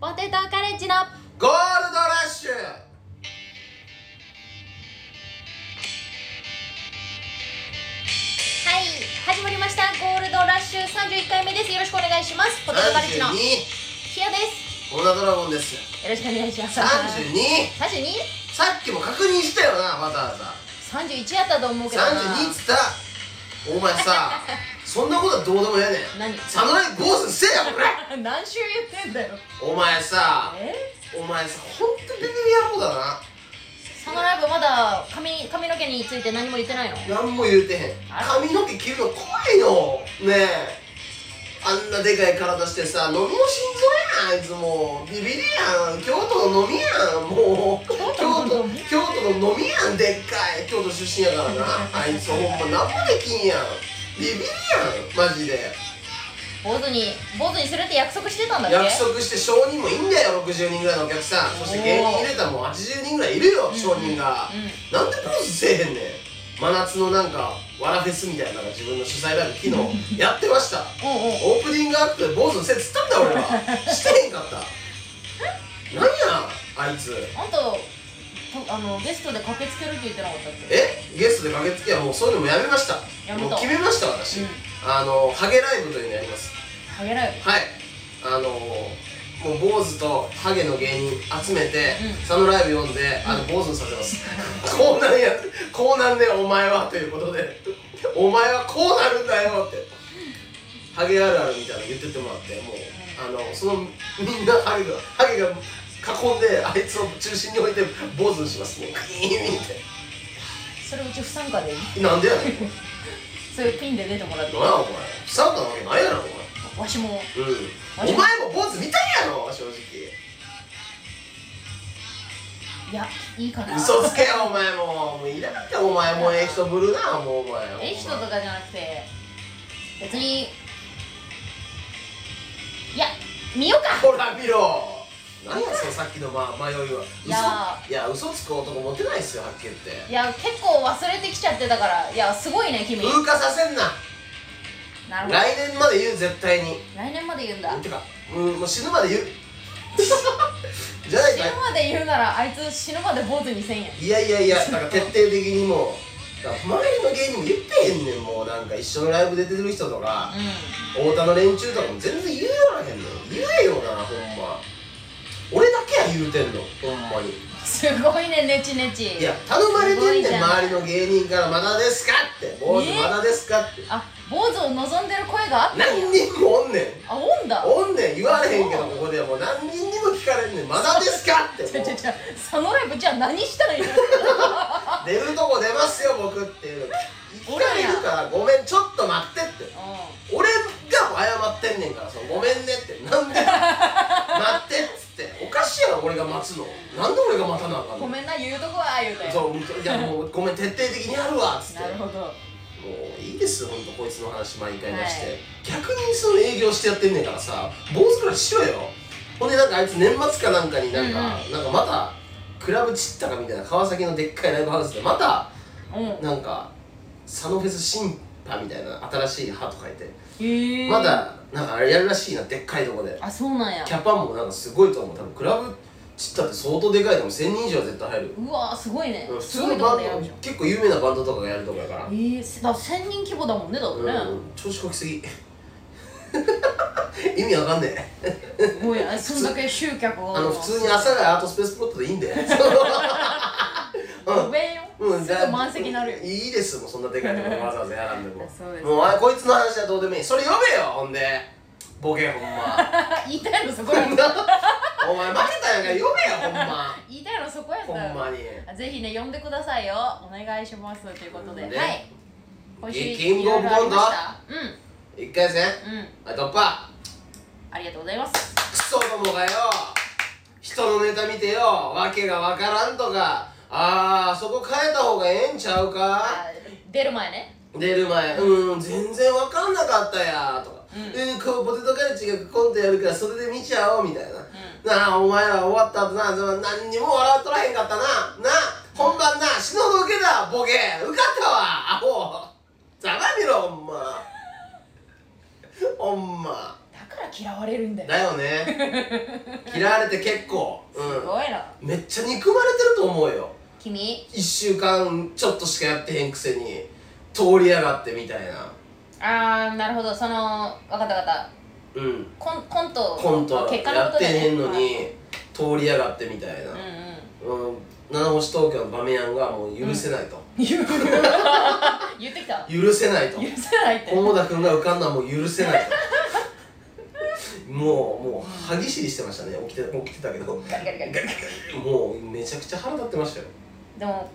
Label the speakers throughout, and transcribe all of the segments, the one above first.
Speaker 1: ポテトカレッジの
Speaker 2: ゴールドラッシュ
Speaker 1: はい始まりましたゴールドラッシュ31回目ですよろしくお願いしますポテトカレッジの
Speaker 2: 32
Speaker 1: ヒヤです
Speaker 2: オーダードラゴンです
Speaker 1: よろしくお願いします
Speaker 2: 32
Speaker 1: 32?
Speaker 2: さっきも確認したよなわざわざ
Speaker 1: 31やったと思うけどな
Speaker 2: 32っつったらお前 さそんなことはどうでもええねん
Speaker 1: 何
Speaker 2: 侍ゴースせえやこれ
Speaker 1: 何週言ってんだよ
Speaker 2: お前さ
Speaker 1: え
Speaker 2: お前さ本当にビビり野郎だな
Speaker 1: サムライブまだ髪髪の毛について何も言ってないの
Speaker 2: 何も言うてへん
Speaker 1: あら
Speaker 2: 髪の毛切るの怖いのねえあんなでかい体してさ飲みも心臓やんあいつもうビビりやん京都の飲みやんもう京
Speaker 1: 都の飲み
Speaker 2: 京都の飲みやんでっかい京都出身やからなあいつほんま何もできんやんビビりやんマジで
Speaker 1: 坊主に坊主にするって約束してたんだっけ
Speaker 2: 約束して証人もいいんだよ60人ぐらいのお客さんそして芸人入れたらもう80人ぐらいいるよ証人が、
Speaker 1: うん
Speaker 2: なんでポーズせえへんねん真夏のなんかわらフェスみたいなのが自分の主催ライブ昨日やってました
Speaker 1: うんうん
Speaker 2: オープニングアップで坊主のせいっつったんだ俺はしてへんかったなんやあいつ
Speaker 1: あんたとあのゲストで駆けつけるって言ってなかったっけ
Speaker 2: えゲストで駆けつけはもうそういうのもやめました
Speaker 1: やめ
Speaker 2: も
Speaker 1: た
Speaker 2: う決めました私、
Speaker 1: うん
Speaker 2: あのハゲライブというのやります
Speaker 1: ハゲライ
Speaker 2: はいあのー、もう坊主とハゲの芸人集めて、
Speaker 1: うん
Speaker 2: サムライブ読んであの坊主にさせますこうなんやこうなんねお前はということでお前はこうなるんだよってハゲあるあるみたいなの言ってってもらってもうあのそのみんなハゲがハゲが囲んであいつを中心に置いて坊主にしますもうグイーンっ
Speaker 1: ブそれうち不参加でいい
Speaker 2: てなんでやねん
Speaker 1: そういうピンで出てもらっていい
Speaker 2: 何やお前不参加なわけないやろお前
Speaker 1: わしも
Speaker 2: うんお前も坊主見たいやろ正直
Speaker 1: いやいいかな
Speaker 2: 嘘つけよお前もうもういらなくてお前もうええ人ぶるなもうお前
Speaker 1: ええ人とかじゃなくて別にいや見ようか
Speaker 2: ほら見ろ何やそのさっきの、まあ、迷いはい
Speaker 1: や
Speaker 2: 嘘いや嘘つく男モテないっすよはっきり言って
Speaker 1: いや結構忘れてきちゃってたからいやすごいね君
Speaker 2: 風化させんな
Speaker 1: なるほど
Speaker 2: 来年まで言う絶対に
Speaker 1: 来年まで言うんだ
Speaker 2: てかうんもう死ぬまで言う じゃない
Speaker 1: 死
Speaker 2: か
Speaker 1: ぬまで言うならあいつ死ぬまで坊主にせんやん
Speaker 2: いやいやいやだから徹底的にもうだから周りの芸人も言ってへんねんもうなんか一緒のライブで出てる人とか、
Speaker 1: う
Speaker 2: 太田の連中とかも全然言うよらへんの言えよなほんま俺だけや言うてんのほんまに
Speaker 1: んすごいねネチネチ
Speaker 2: いや頼まれてん
Speaker 1: すごいじ
Speaker 2: ねん
Speaker 1: ゃない
Speaker 2: 周りの芸人から「まだですか?」って「坊主
Speaker 1: え
Speaker 2: まだですか?」って
Speaker 1: あ坊主を望んでる声があったんや
Speaker 2: 何人もおんねん
Speaker 1: あおんだ
Speaker 2: おんねん言われへんけどここではもう何人にも聞かれんねん「まだですか?」っても
Speaker 1: ちょちょ
Speaker 2: う
Speaker 1: ちょ佐野ライブじゃあ何したらいいの
Speaker 2: 出るとこ出ますよ僕っていうの聞かれるから「ごめんちょっと待って」って
Speaker 1: うん
Speaker 2: 俺が謝ってんねんからそのごめんねってなんで待ってっつっておかしいやろ俺が待つのなんで俺が待たなあか
Speaker 1: ご
Speaker 2: んの
Speaker 1: めんな言うとこは言うたよ
Speaker 2: そういやもうごめん徹底的にやるわっつって
Speaker 1: なるほ
Speaker 2: も
Speaker 1: ど
Speaker 2: ういいですよほんとこいつの話毎回出して、
Speaker 1: はい
Speaker 2: 逆にその営業してやってんねんからさ坊主ぐらいしろよほんでなんかあいつ年末かなんかになんか、
Speaker 1: う
Speaker 2: なんかまたクラブ散ったかみたいな川崎のでっかいライブハウスでまた
Speaker 1: うんへ
Speaker 2: なんかサノフェス新派みたいな新しい派と書いて
Speaker 1: え
Speaker 2: まだなんかあれやるらしいなでっかいとこで
Speaker 1: あそうなんや
Speaker 2: キャパもなんかすごいと思う多分クラブちったって相当でかいでも1000人以上は絶対入る
Speaker 1: うわーすごいね
Speaker 2: 普
Speaker 1: す
Speaker 2: 通
Speaker 1: ごい
Speaker 2: の
Speaker 1: とこ
Speaker 2: バ
Speaker 1: でやる
Speaker 2: ン
Speaker 1: じ
Speaker 2: ド
Speaker 1: ゃん
Speaker 2: 結構有名なバンドとかがやるとこやから、
Speaker 1: ええー、だ1000人規模だもんねだって
Speaker 2: う
Speaker 1: ね
Speaker 2: ん、調子こきすぎ 意味わかんねえ
Speaker 1: すごいねそんだけ集客を
Speaker 2: あの普通に阿佐ヶ谷アートスペースプロットでいい んで
Speaker 1: ごめんよ、
Speaker 2: うん
Speaker 1: すぐ満席になる よ
Speaker 2: いいですもうそんなでかい とこわざわざやらんでも
Speaker 1: そうです
Speaker 2: もうあこいつの話はどうでもいいそれ読めよほんでボケほんま
Speaker 1: あ言いたいのそこやん
Speaker 2: お前負けたんやから読めよほんま
Speaker 1: 言いたいのそこやん
Speaker 2: ほんまに
Speaker 1: ぜひね呼んでくださいよお願いしますということで、
Speaker 2: ね
Speaker 1: はい今
Speaker 2: キングオブコント
Speaker 1: いろいろありまし
Speaker 2: 一回戦
Speaker 1: たうんうん
Speaker 2: あ突破
Speaker 1: ありがとうございます
Speaker 2: クソどもがよ人のネタ見てよわけがわからんとかあーあそこ変えた方がええんちゃうか
Speaker 1: あ出る前ね
Speaker 2: 出る前うん全然わかんなかったやとか、
Speaker 1: うん
Speaker 2: うん、こうポテトカレッジがコントやるからそれで見ちゃおうみたいな、なあお前ら終わった後なその何にも笑っとらへんかったななあ本番な死ぬほどウケたボケ受かったわア ホざまみろほんまほんま
Speaker 1: だからから嫌われるんだよ
Speaker 2: だよね嫌われて結構、
Speaker 1: すごいな
Speaker 2: うん、めっちゃ憎まれてると思うよ
Speaker 1: 君
Speaker 2: 1週間ちょっとしかやってへんくせに通りやがってみたいな
Speaker 1: ああなるほどその分かった分かった
Speaker 2: うん
Speaker 1: コンコント
Speaker 2: コント
Speaker 1: 結果
Speaker 2: や
Speaker 1: のこ
Speaker 2: っ
Speaker 1: とで、
Speaker 2: て
Speaker 1: ね、
Speaker 2: へんの
Speaker 1: はい
Speaker 2: に通りやがってみたいな、うん、七星東京の場面やんがもう許せないと、
Speaker 1: うんうん言ってきた
Speaker 2: 許せないと
Speaker 1: 許せないって
Speaker 2: 菰田君が浮かんだはもう許せない ともうもう歯ぎしりしてましたね起きて起きてたけど
Speaker 1: ガリガリガリガリ
Speaker 2: もうめちゃくちゃ腹立ってましたよ
Speaker 1: でも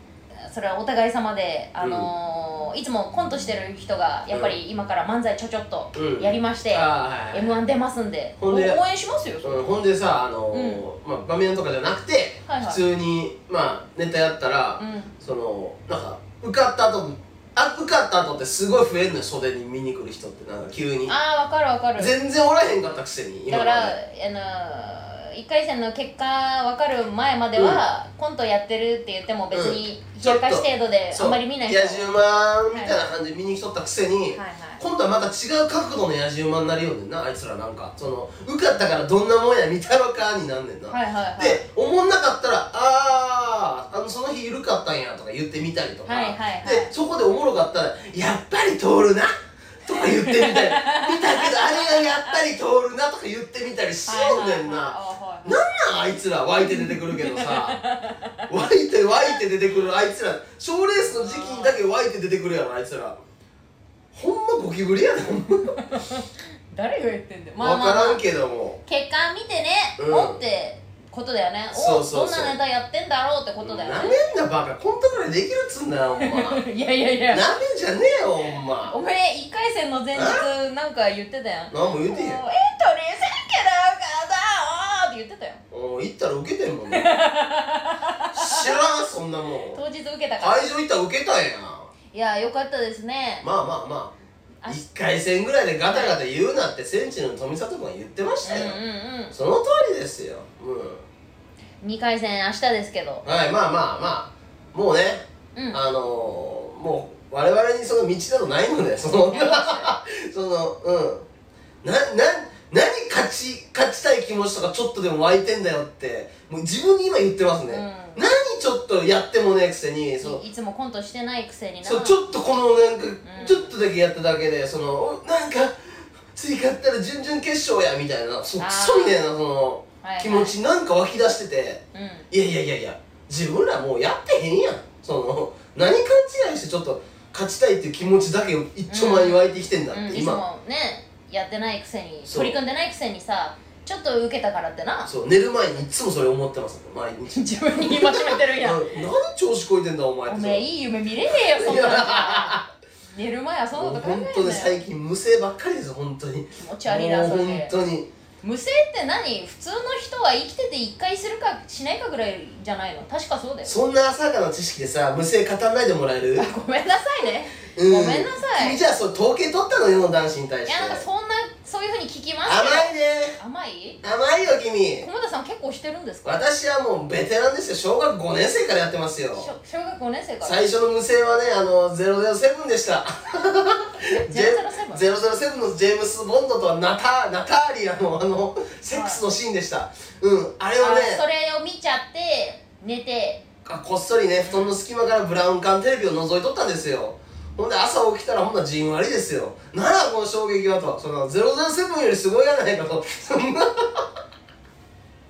Speaker 1: それはお互い様であのーいつもコントしてる人がやっぱり今から漫才ちょちょっと
Speaker 2: うん
Speaker 1: やりまして、
Speaker 2: ああはい
Speaker 1: m 1出ますんで
Speaker 2: ほんで
Speaker 1: 応援しますよそれ
Speaker 2: うん、ほんでさ、あのーまあ、場面とかじゃなくて、
Speaker 1: はいはい
Speaker 2: 普通に、まあ、ネタやったら、
Speaker 1: うん
Speaker 2: そのなんか受かった後あ受かった後ってすごい増えんのよ袖に見に来る人ってなんか急に
Speaker 1: ああ分かる分かる
Speaker 2: 全然おらへんかったくせに
Speaker 1: だか
Speaker 2: 今ま
Speaker 1: ら、あ
Speaker 2: で
Speaker 1: のー、1回戦の結果分かる前までは、コントやってるって言っても別に
Speaker 2: うん
Speaker 1: 冷やかし程度で
Speaker 2: そ
Speaker 1: あ
Speaker 2: うん
Speaker 1: まり見ない人
Speaker 2: 野じ馬みたいな感じで見に来とったくせに、
Speaker 1: はいはい
Speaker 2: 今度はまた違う角度の野じ馬になるようねんなあいつらなんかその受かったからどんなもんや見たろかになんねんな、
Speaker 1: はいはいはい
Speaker 2: でおもんなかったら「あーあのその日緩かったんや」とか言ってみたりとか、
Speaker 1: はいはいはい
Speaker 2: でそこでおもろかったら「やっぱり通るな」とか言ってみたり「見たけどあれがやっぱり通るな」とか言ってみたりしよう
Speaker 1: はいは
Speaker 2: ねんな、
Speaker 1: いはいあーはいはい
Speaker 2: なんなんあいつら湧いて出てくるけどさ湧いて湧いて出てくるあいつら賞ーレースの時期にだけ湧いて出てくるやろあいつらほんまゴキブリやねほんま
Speaker 1: 誰が言ってんだよ、
Speaker 2: 分からんけども
Speaker 1: 結果見てね、
Speaker 2: うん
Speaker 1: おってことだよねお
Speaker 2: そうそうそう
Speaker 1: どんなネタやってんだろうってこと
Speaker 2: なめ
Speaker 1: だ
Speaker 2: ん
Speaker 1: よね
Speaker 2: なバカコントぐらいできるっつうんだよほんまなめ ん
Speaker 1: いやいやいや
Speaker 2: じゃねえよほんま
Speaker 1: お前1回戦の前日なんか言ってたやん
Speaker 2: 何も
Speaker 1: もうエントリーせんけ
Speaker 2: 言うてへんよ
Speaker 1: どよかったよーって言ってたよ
Speaker 2: おい行ったら受けてん もんね知らんそんなもん
Speaker 1: 当日受けたから
Speaker 2: 会場行ったら受けたんや
Speaker 1: いやよかったですね
Speaker 2: まあまあまあ
Speaker 1: あ
Speaker 2: 1回戦ぐらいでガタガタ言うなってセンチの富里君が言ってましたよ、
Speaker 1: うんうん
Speaker 2: その通りですよ。う
Speaker 1: うん2回戦明日ですけど
Speaker 2: ん。はい、まあまあまあ、もうね、
Speaker 1: うん
Speaker 2: あのー、もう、我々にその道などないので、そ の、その、うん。な、な、何勝ち、勝ちたい気持ちとかちょっとでも湧いてんだよって、もう自分に今言ってますね。
Speaker 1: うん
Speaker 2: 何ちょっとやってもねえくせに、そう、
Speaker 1: いいつもコントしてないくせにな
Speaker 2: そうちょっとこのなんか、
Speaker 1: ん
Speaker 2: ちょっとだけやっただけでそのおなんか次勝ったら準々決勝やみたいなそう
Speaker 1: あー
Speaker 2: クソみたいなその、
Speaker 1: はいはい
Speaker 2: 気持ちなんか湧き出してて
Speaker 1: うん
Speaker 2: いやいやいやいや自分らもうやってへんやんその何勘違いしてちょっと勝ちたいっていう気持ちだけ一丁前に湧いてきてんだって、
Speaker 1: うん、いつ
Speaker 2: 今
Speaker 1: もねやってないくせに
Speaker 2: そう
Speaker 1: 取り組んでないくせにさちょっと受けたからってな
Speaker 2: そう寝る前にいつもそれ思ってます毎 日
Speaker 1: 自分に戒めてるや
Speaker 2: なん何調子こいてんだお前っ
Speaker 1: お
Speaker 2: て
Speaker 1: めえいい夢見れねえよそんな の寝る前はそんなこと考えん
Speaker 2: 本
Speaker 1: なよ
Speaker 2: 当に最近無声ばっかりです本当に
Speaker 1: 気持ち悪いな
Speaker 2: も
Speaker 1: そうれ
Speaker 2: 本当に
Speaker 1: 無声って何普通の人は生きてて1回するかしないかぐらいじゃないの確かそうだよ
Speaker 2: そんな浅はかな知識でさ無声語らないでもらえる、
Speaker 1: あごめんなさいね
Speaker 2: う
Speaker 1: ごめんなさい
Speaker 2: 君じゃあそう統計取ったの世の男子に対し
Speaker 1: い
Speaker 2: て
Speaker 1: やなんかそんなそういうふうに聞きます
Speaker 2: 甘
Speaker 1: け
Speaker 2: いね
Speaker 1: ど甘い
Speaker 2: 甘いよ君
Speaker 1: 駒田さん結構してるんですか
Speaker 2: 私はもうベテランですよ小学5年生からやってますよ
Speaker 1: 小小学5年生から
Speaker 2: 最初の無声はねあの007でしたジェ
Speaker 1: 007
Speaker 2: 007のジェームス・ボンドとナタナターリアのあのセックスのシーンでした、うんあれをね
Speaker 1: あそれを見ちゃって寝て
Speaker 2: あこっそりね布団の隙間からブラウン管テレビを覗いとったんですよほんで朝起きたらほんならじんわりですよならこの衝撃はとその007よりすごいやないかと そんな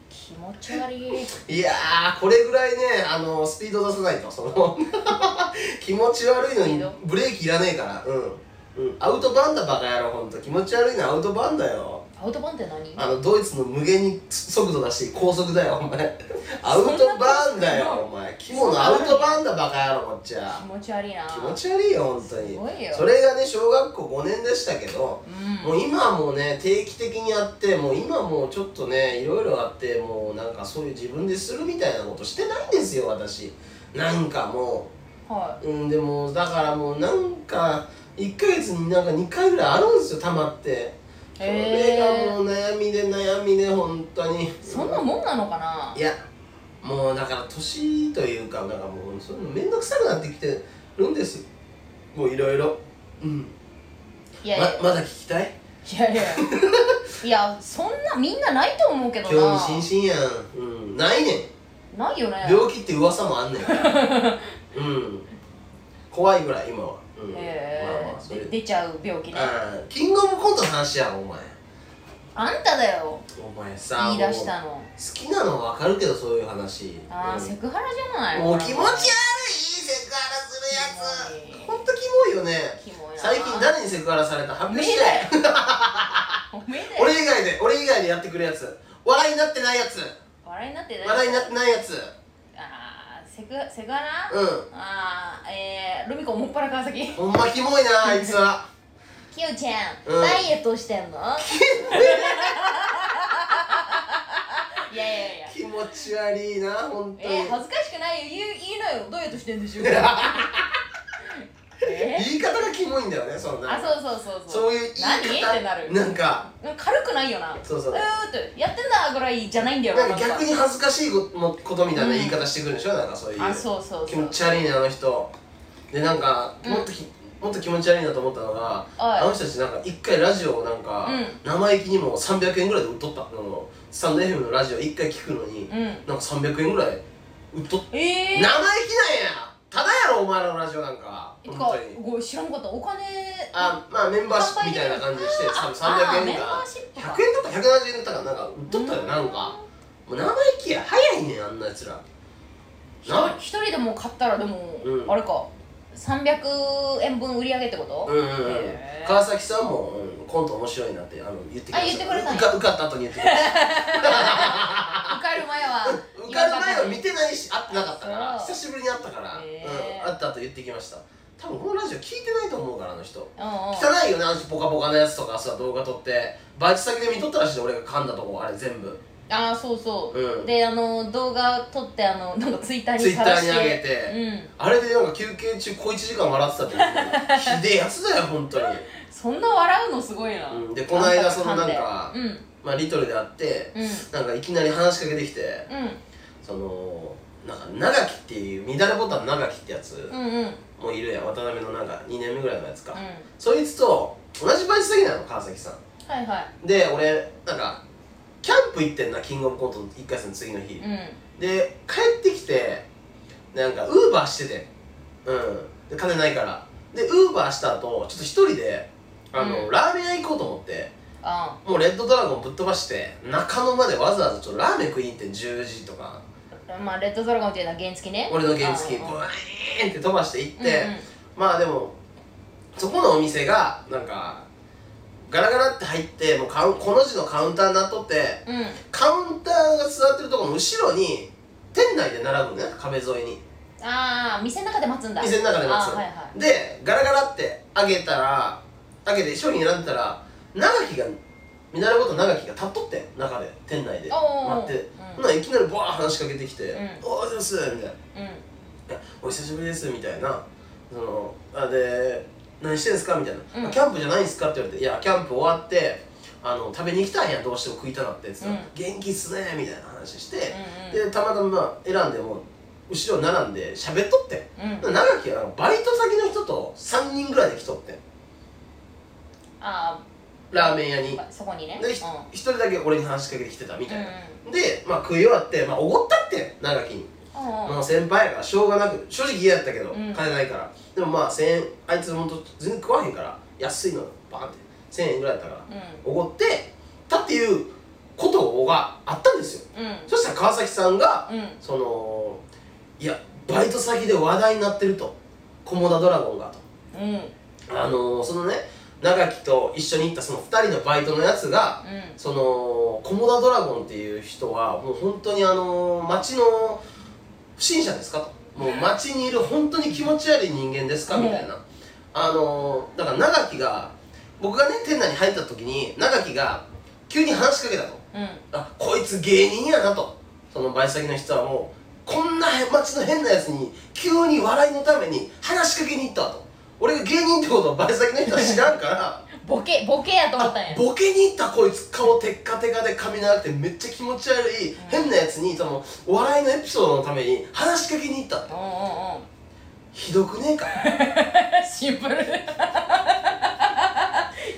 Speaker 1: 気持ち悪い
Speaker 2: いやーこれぐらいねあのスピード出さないとその 気持ち悪いの
Speaker 1: スピ
Speaker 2: に
Speaker 1: ード
Speaker 2: ブレーキいらねえからうん、うん、アウトバンだバカ野郎ほんと気持ち悪いのはアウトバンだよ
Speaker 1: アウトバンって何
Speaker 2: あのドイツの無限に速度だし高速だよお前アウトバンだよお前肝のアウトバンだバカ野郎こっちは
Speaker 1: 気持ち悪いな
Speaker 2: 気持ち悪いよ本当に
Speaker 1: すごいよ
Speaker 2: それがね小学校5年でしたけど、
Speaker 1: うん
Speaker 2: もう今はもうね定期的にやってもう今もうちょっとねいろいろあってもうなんかそういう自分でするみたいなことしてないんですよ私なんかも
Speaker 1: は
Speaker 2: ううんでもだからもうなんか1ヶ月になんか2回ぐらいあるんですよたまってそれ
Speaker 1: へー
Speaker 2: がもう悩みで悩みで本当に
Speaker 1: いそんなもんなのかない
Speaker 2: やもうだから年というかなんかもうそういうの面倒くさくなってきてるんですもういろいろうん
Speaker 1: いやいや
Speaker 2: ままだ聞きたい
Speaker 1: いやいやいやそんなみんなないと思うけど
Speaker 2: 興
Speaker 1: な
Speaker 2: 味津々やん、うん、ないねん
Speaker 1: ないよね
Speaker 2: 病気って噂 もあんねんうん怖いぐらい今は、うん
Speaker 1: え
Speaker 2: まあまあそれ
Speaker 1: ー、で出ちゃう病気ね
Speaker 2: あーキングオブコントの話やんお前
Speaker 1: あんただよ
Speaker 2: お前さ
Speaker 1: 言い出し
Speaker 2: もう
Speaker 1: たの
Speaker 2: 好きなの分かるけどそういう話
Speaker 1: あー、
Speaker 2: うん
Speaker 1: セクハラじゃない
Speaker 2: もう気持ち悪いセクハラするや
Speaker 1: キモ
Speaker 2: つ
Speaker 1: い
Speaker 2: ほんとキモいよね
Speaker 1: キモいな
Speaker 2: 最近誰にセクハラされた
Speaker 1: お
Speaker 2: 発
Speaker 1: め
Speaker 2: 表
Speaker 1: え
Speaker 2: して
Speaker 1: だよおめえだよ
Speaker 2: 俺以外で俺以外でやってくるやつ笑いになってないやつ
Speaker 1: 笑いになってない
Speaker 2: 笑いになってないやつ
Speaker 1: あーセクセクハラ、
Speaker 2: う
Speaker 1: あーえー、ルミコもっぱら川崎
Speaker 2: んほんまキモいなあいつは
Speaker 1: キヨちゃん、
Speaker 2: うん
Speaker 1: ダイエットして んのいやいやいや
Speaker 2: 気持ち悪いなほんとに、
Speaker 1: えー、恥ずかしくないよ言う言いなよダイエットしてんでしょ えー
Speaker 2: 言い方がキモいんだよねそんな
Speaker 1: あそうそうそう
Speaker 2: そういう言
Speaker 1: 何
Speaker 2: い方
Speaker 1: ってなる
Speaker 2: なんか
Speaker 1: なんか軽くないよな
Speaker 2: そうそう
Speaker 1: えーってやってんだぐらいじゃないんだよ
Speaker 2: なんか
Speaker 1: なんか
Speaker 2: 逆に恥ずかしいことみたいな言い方してくるでしょ、なんかそういう
Speaker 1: あそうそうそう
Speaker 2: 気持ち悪いねあの人でなんか
Speaker 1: うん
Speaker 2: もっとき、もっと気持ち悪いなと思ったのがあの人たちなんか一回ラジオをなんか、
Speaker 1: うん
Speaker 2: 生意気にも300円ぐらいで売っとったあのスタンド FM のラジオ一回聞くのに、
Speaker 1: うん
Speaker 2: なんか300円ぐらい売っとっ
Speaker 1: え
Speaker 2: 生意
Speaker 1: ー
Speaker 2: 気なんやただやろお前らのラジオなんか
Speaker 1: て
Speaker 2: 本
Speaker 1: か
Speaker 2: 当に
Speaker 1: ご知らんかったお金
Speaker 2: あまあメンバーシップみたいな感じでして
Speaker 1: あ
Speaker 2: 多分
Speaker 1: あ
Speaker 2: 300
Speaker 1: メン
Speaker 2: 円
Speaker 1: バ
Speaker 2: か
Speaker 1: ーシップか
Speaker 2: 100円とか170円とかなんか売っとったよなんかもう生意気や早いねんあんなやつらな
Speaker 1: 一人でも買ったらでも、
Speaker 2: うん
Speaker 1: あれか300円分売り上げってこと、
Speaker 2: うんうんうん
Speaker 1: へー
Speaker 2: 川崎さんも、うんコント面白いなってあの言ってきま
Speaker 1: あ言
Speaker 2: し
Speaker 1: って
Speaker 2: た
Speaker 1: くれたんや
Speaker 2: 受か受かった後に言って くれまし
Speaker 1: 受かる前は
Speaker 2: た 受かる前は見てないし会ってなかったから
Speaker 1: そう
Speaker 2: 久しぶりに会ったから、
Speaker 1: へー
Speaker 2: うん、会った後言ってきました多分このラジオ聞いてないと思うからあの人
Speaker 1: うんうん
Speaker 2: 汚いよねあの人ポカポカのやつとかさ動画撮ってバイト先で見とったらしいで俺が噛んだとこあれ全部
Speaker 1: ああそうそう、
Speaker 2: うん
Speaker 1: であの動画撮ってあのなんかツイッターに
Speaker 2: ツイッタ
Speaker 1: 晒
Speaker 2: ー
Speaker 1: し
Speaker 2: に
Speaker 1: て
Speaker 2: 上げて、あれでなんか休憩中小1時間笑ってたって 言うひでえやつだよ本当に、
Speaker 1: うんそんな笑うのすごいな、
Speaker 2: うんでこの間そのなんか
Speaker 1: うんうん
Speaker 2: まあリトルであって、
Speaker 1: うん
Speaker 2: なんかいきなり話しかけてきてそのなんか長きっていう乱れボタン長きってやつ
Speaker 1: うんうんうん
Speaker 2: もういるやん渡辺のなんか2年目ぐらいのやつか、そいつと同じバイト先なの川崎さん
Speaker 1: はいは
Speaker 2: で俺なんかキャンプ行ってんなキングオブコント1回戦の次の日、
Speaker 1: いうん
Speaker 2: で帰ってきてなんかウーバーしててうんで金ないからでウーバーした後ちょっと一人であの、
Speaker 1: うん
Speaker 2: ラーメン屋行こうと思って
Speaker 1: あ
Speaker 2: もうレッドドラゴンぶっ飛ばして中野までわざわざちょっとラーメン食いに行って10時とか
Speaker 1: んまあレッドドラゴンっていうのは原付ね
Speaker 2: 俺の原付
Speaker 1: うん
Speaker 2: ブ
Speaker 1: う
Speaker 2: ワ
Speaker 1: んうん
Speaker 2: ーンって飛ばして行って、
Speaker 1: うんうん
Speaker 2: まあでもそこのお店がなんかガラガラって入ってもうカウンこの字のカウンターになっとって
Speaker 1: うん
Speaker 2: カウンターが座ってるところの後ろに店内で並ぶのね壁沿いに
Speaker 1: ああ店の中で待つんだ
Speaker 2: 店の中で待つ
Speaker 1: あーはいは
Speaker 2: でガラガラって開けたら開けて商品選んでたら長木が見慣れこと長木が立っとってん中で店内で
Speaker 1: おー
Speaker 2: 待って
Speaker 1: うん
Speaker 2: ほんならいきなりバー話しかけてきて
Speaker 1: うん
Speaker 2: 「おはようございます」
Speaker 1: うん
Speaker 2: みたいないや「お久しぶりです」みたいな「そのあで何してんすか?」みたいな、
Speaker 1: うん
Speaker 2: キャンプじゃないんすか?」って言われて「いやキャンプ終わってあの食べに行きたいんやどうしても食いたなって」つったら
Speaker 1: うん
Speaker 2: 元気っすね」みたいな話して、
Speaker 1: うん
Speaker 2: でたまたま選んでもう後ろ並んで喋っとってん
Speaker 1: うんうん
Speaker 2: 長木はなんかバイト先の人と3人ぐらいで来とってん
Speaker 1: あ
Speaker 2: ラーメン屋に
Speaker 1: あそこにね
Speaker 2: でひ
Speaker 1: う
Speaker 2: 一人だけ俺に話しかけてきてたみた
Speaker 1: んうん
Speaker 2: いな、で、まあ、食い終わって、まあ、おごったってん長木に、
Speaker 1: うんうん
Speaker 2: もう先輩やからしょうがなく正直嫌やったけど、
Speaker 1: うん
Speaker 2: 金ないからでもまあ1000円あいつほんと全然食わへんから安いのバーンって1000円ぐらいやったからおごってたっていうことがあったんですよ
Speaker 1: うんうん
Speaker 2: そしたら川崎さんが
Speaker 1: うん
Speaker 2: そのいやバイト先で話題になってると菰田ドラゴンがと
Speaker 1: うんうん
Speaker 2: あのー、そのね長木と一緒に行ったその2人のバイトのやつがその菰田ドラゴンっていう人はもう本当にあのー、町の不審者ですかともう町にいる本当に気持ち悪い人間ですかみたいな、あのー、だから長木が僕がね店内に入った時に長木が急に話しかけたと
Speaker 1: うん
Speaker 2: あこいつ芸人やなとそのバイト先の人はもうこんな街の変なやつに急に笑いのために話しかけに行ったわと俺が芸人ってことをバイト先の人は知らんから
Speaker 1: ボケボケやと思ったん
Speaker 2: あ
Speaker 1: や
Speaker 2: ボケに行ったこいつ顔テッカテカで髪長くてめっちゃ気持ち悪い変なやつにそのお笑いのエピソードのために話しかけに行った
Speaker 1: うんうんうん
Speaker 2: ひどくねえか
Speaker 1: シンプル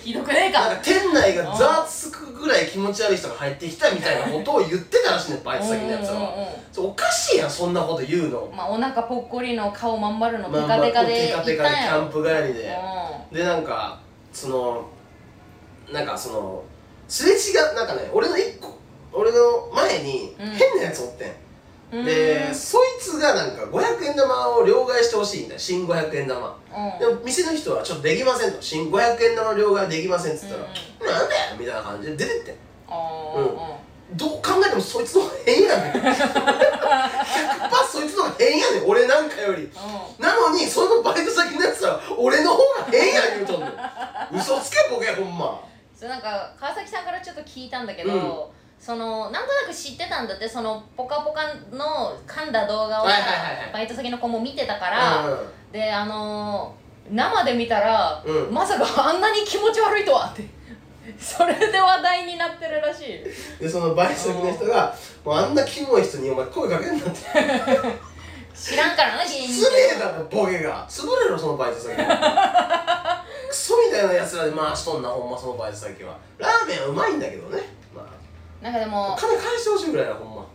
Speaker 1: ひどくくねえ
Speaker 2: なん
Speaker 1: か
Speaker 2: か店内がざわつくぐらい気持ち悪い人が入ってきたみたいなことを言ってたらしいねバイト先のやつは
Speaker 1: う
Speaker 2: そうおかしいやんそんなこと言うの
Speaker 1: んまあお腹ぽっこりの顔まん丸のテ
Speaker 2: ま
Speaker 1: カ
Speaker 2: あまあ
Speaker 1: テカで
Speaker 2: テ
Speaker 1: 行
Speaker 2: カ
Speaker 1: ったん
Speaker 2: テカでキ
Speaker 1: や
Speaker 2: ャン
Speaker 1: ろ
Speaker 2: プ帰りで
Speaker 1: う
Speaker 2: でなんかそのなんかそのすれ違うなんかね俺の一個俺の前に
Speaker 1: うん
Speaker 2: 変なやつおってん、
Speaker 1: んうん
Speaker 2: でそいつがなんか500円玉を両替してほしいんだよ新500円玉
Speaker 1: うん
Speaker 2: でも店の人はちょっとできませんと新500円玉両替できませんっつったら、
Speaker 1: うん
Speaker 2: なんだよみたいな感じで出てってん
Speaker 1: あ
Speaker 2: うんどう考えてもそいつの方が変やねん100%そいつの方が変やねん俺なんかより
Speaker 1: ーうんうん
Speaker 2: なのにそのバイト先のやつは俺の方が変や言うとんの嘘つけボケほんま
Speaker 1: それなんか川崎さんからちょっと聞いたんだけど、
Speaker 2: うん
Speaker 1: そのなんとなく知ってたんだってその「ぽかぽか」の噛んだ動画を
Speaker 2: は
Speaker 1: さ
Speaker 2: いはいはいはい
Speaker 1: バイト先の子も見てたから、であのー生で見たら、
Speaker 2: うん
Speaker 1: まさかあんなに気持ち悪いとはってそれで話題になってるらしい
Speaker 2: うん、でそのバイト先の人がもうあんなキモい人にお前声かけんなって
Speaker 1: 知らんからな芸人
Speaker 2: すげえだろボケが潰れろそのバイト 先クソみたいなやつらで回しとんなほんまそのバイト先はラーメンはうまいんだけどねま
Speaker 1: なんかで
Speaker 2: あ
Speaker 1: も
Speaker 2: 金返してほしいぐらいなほんま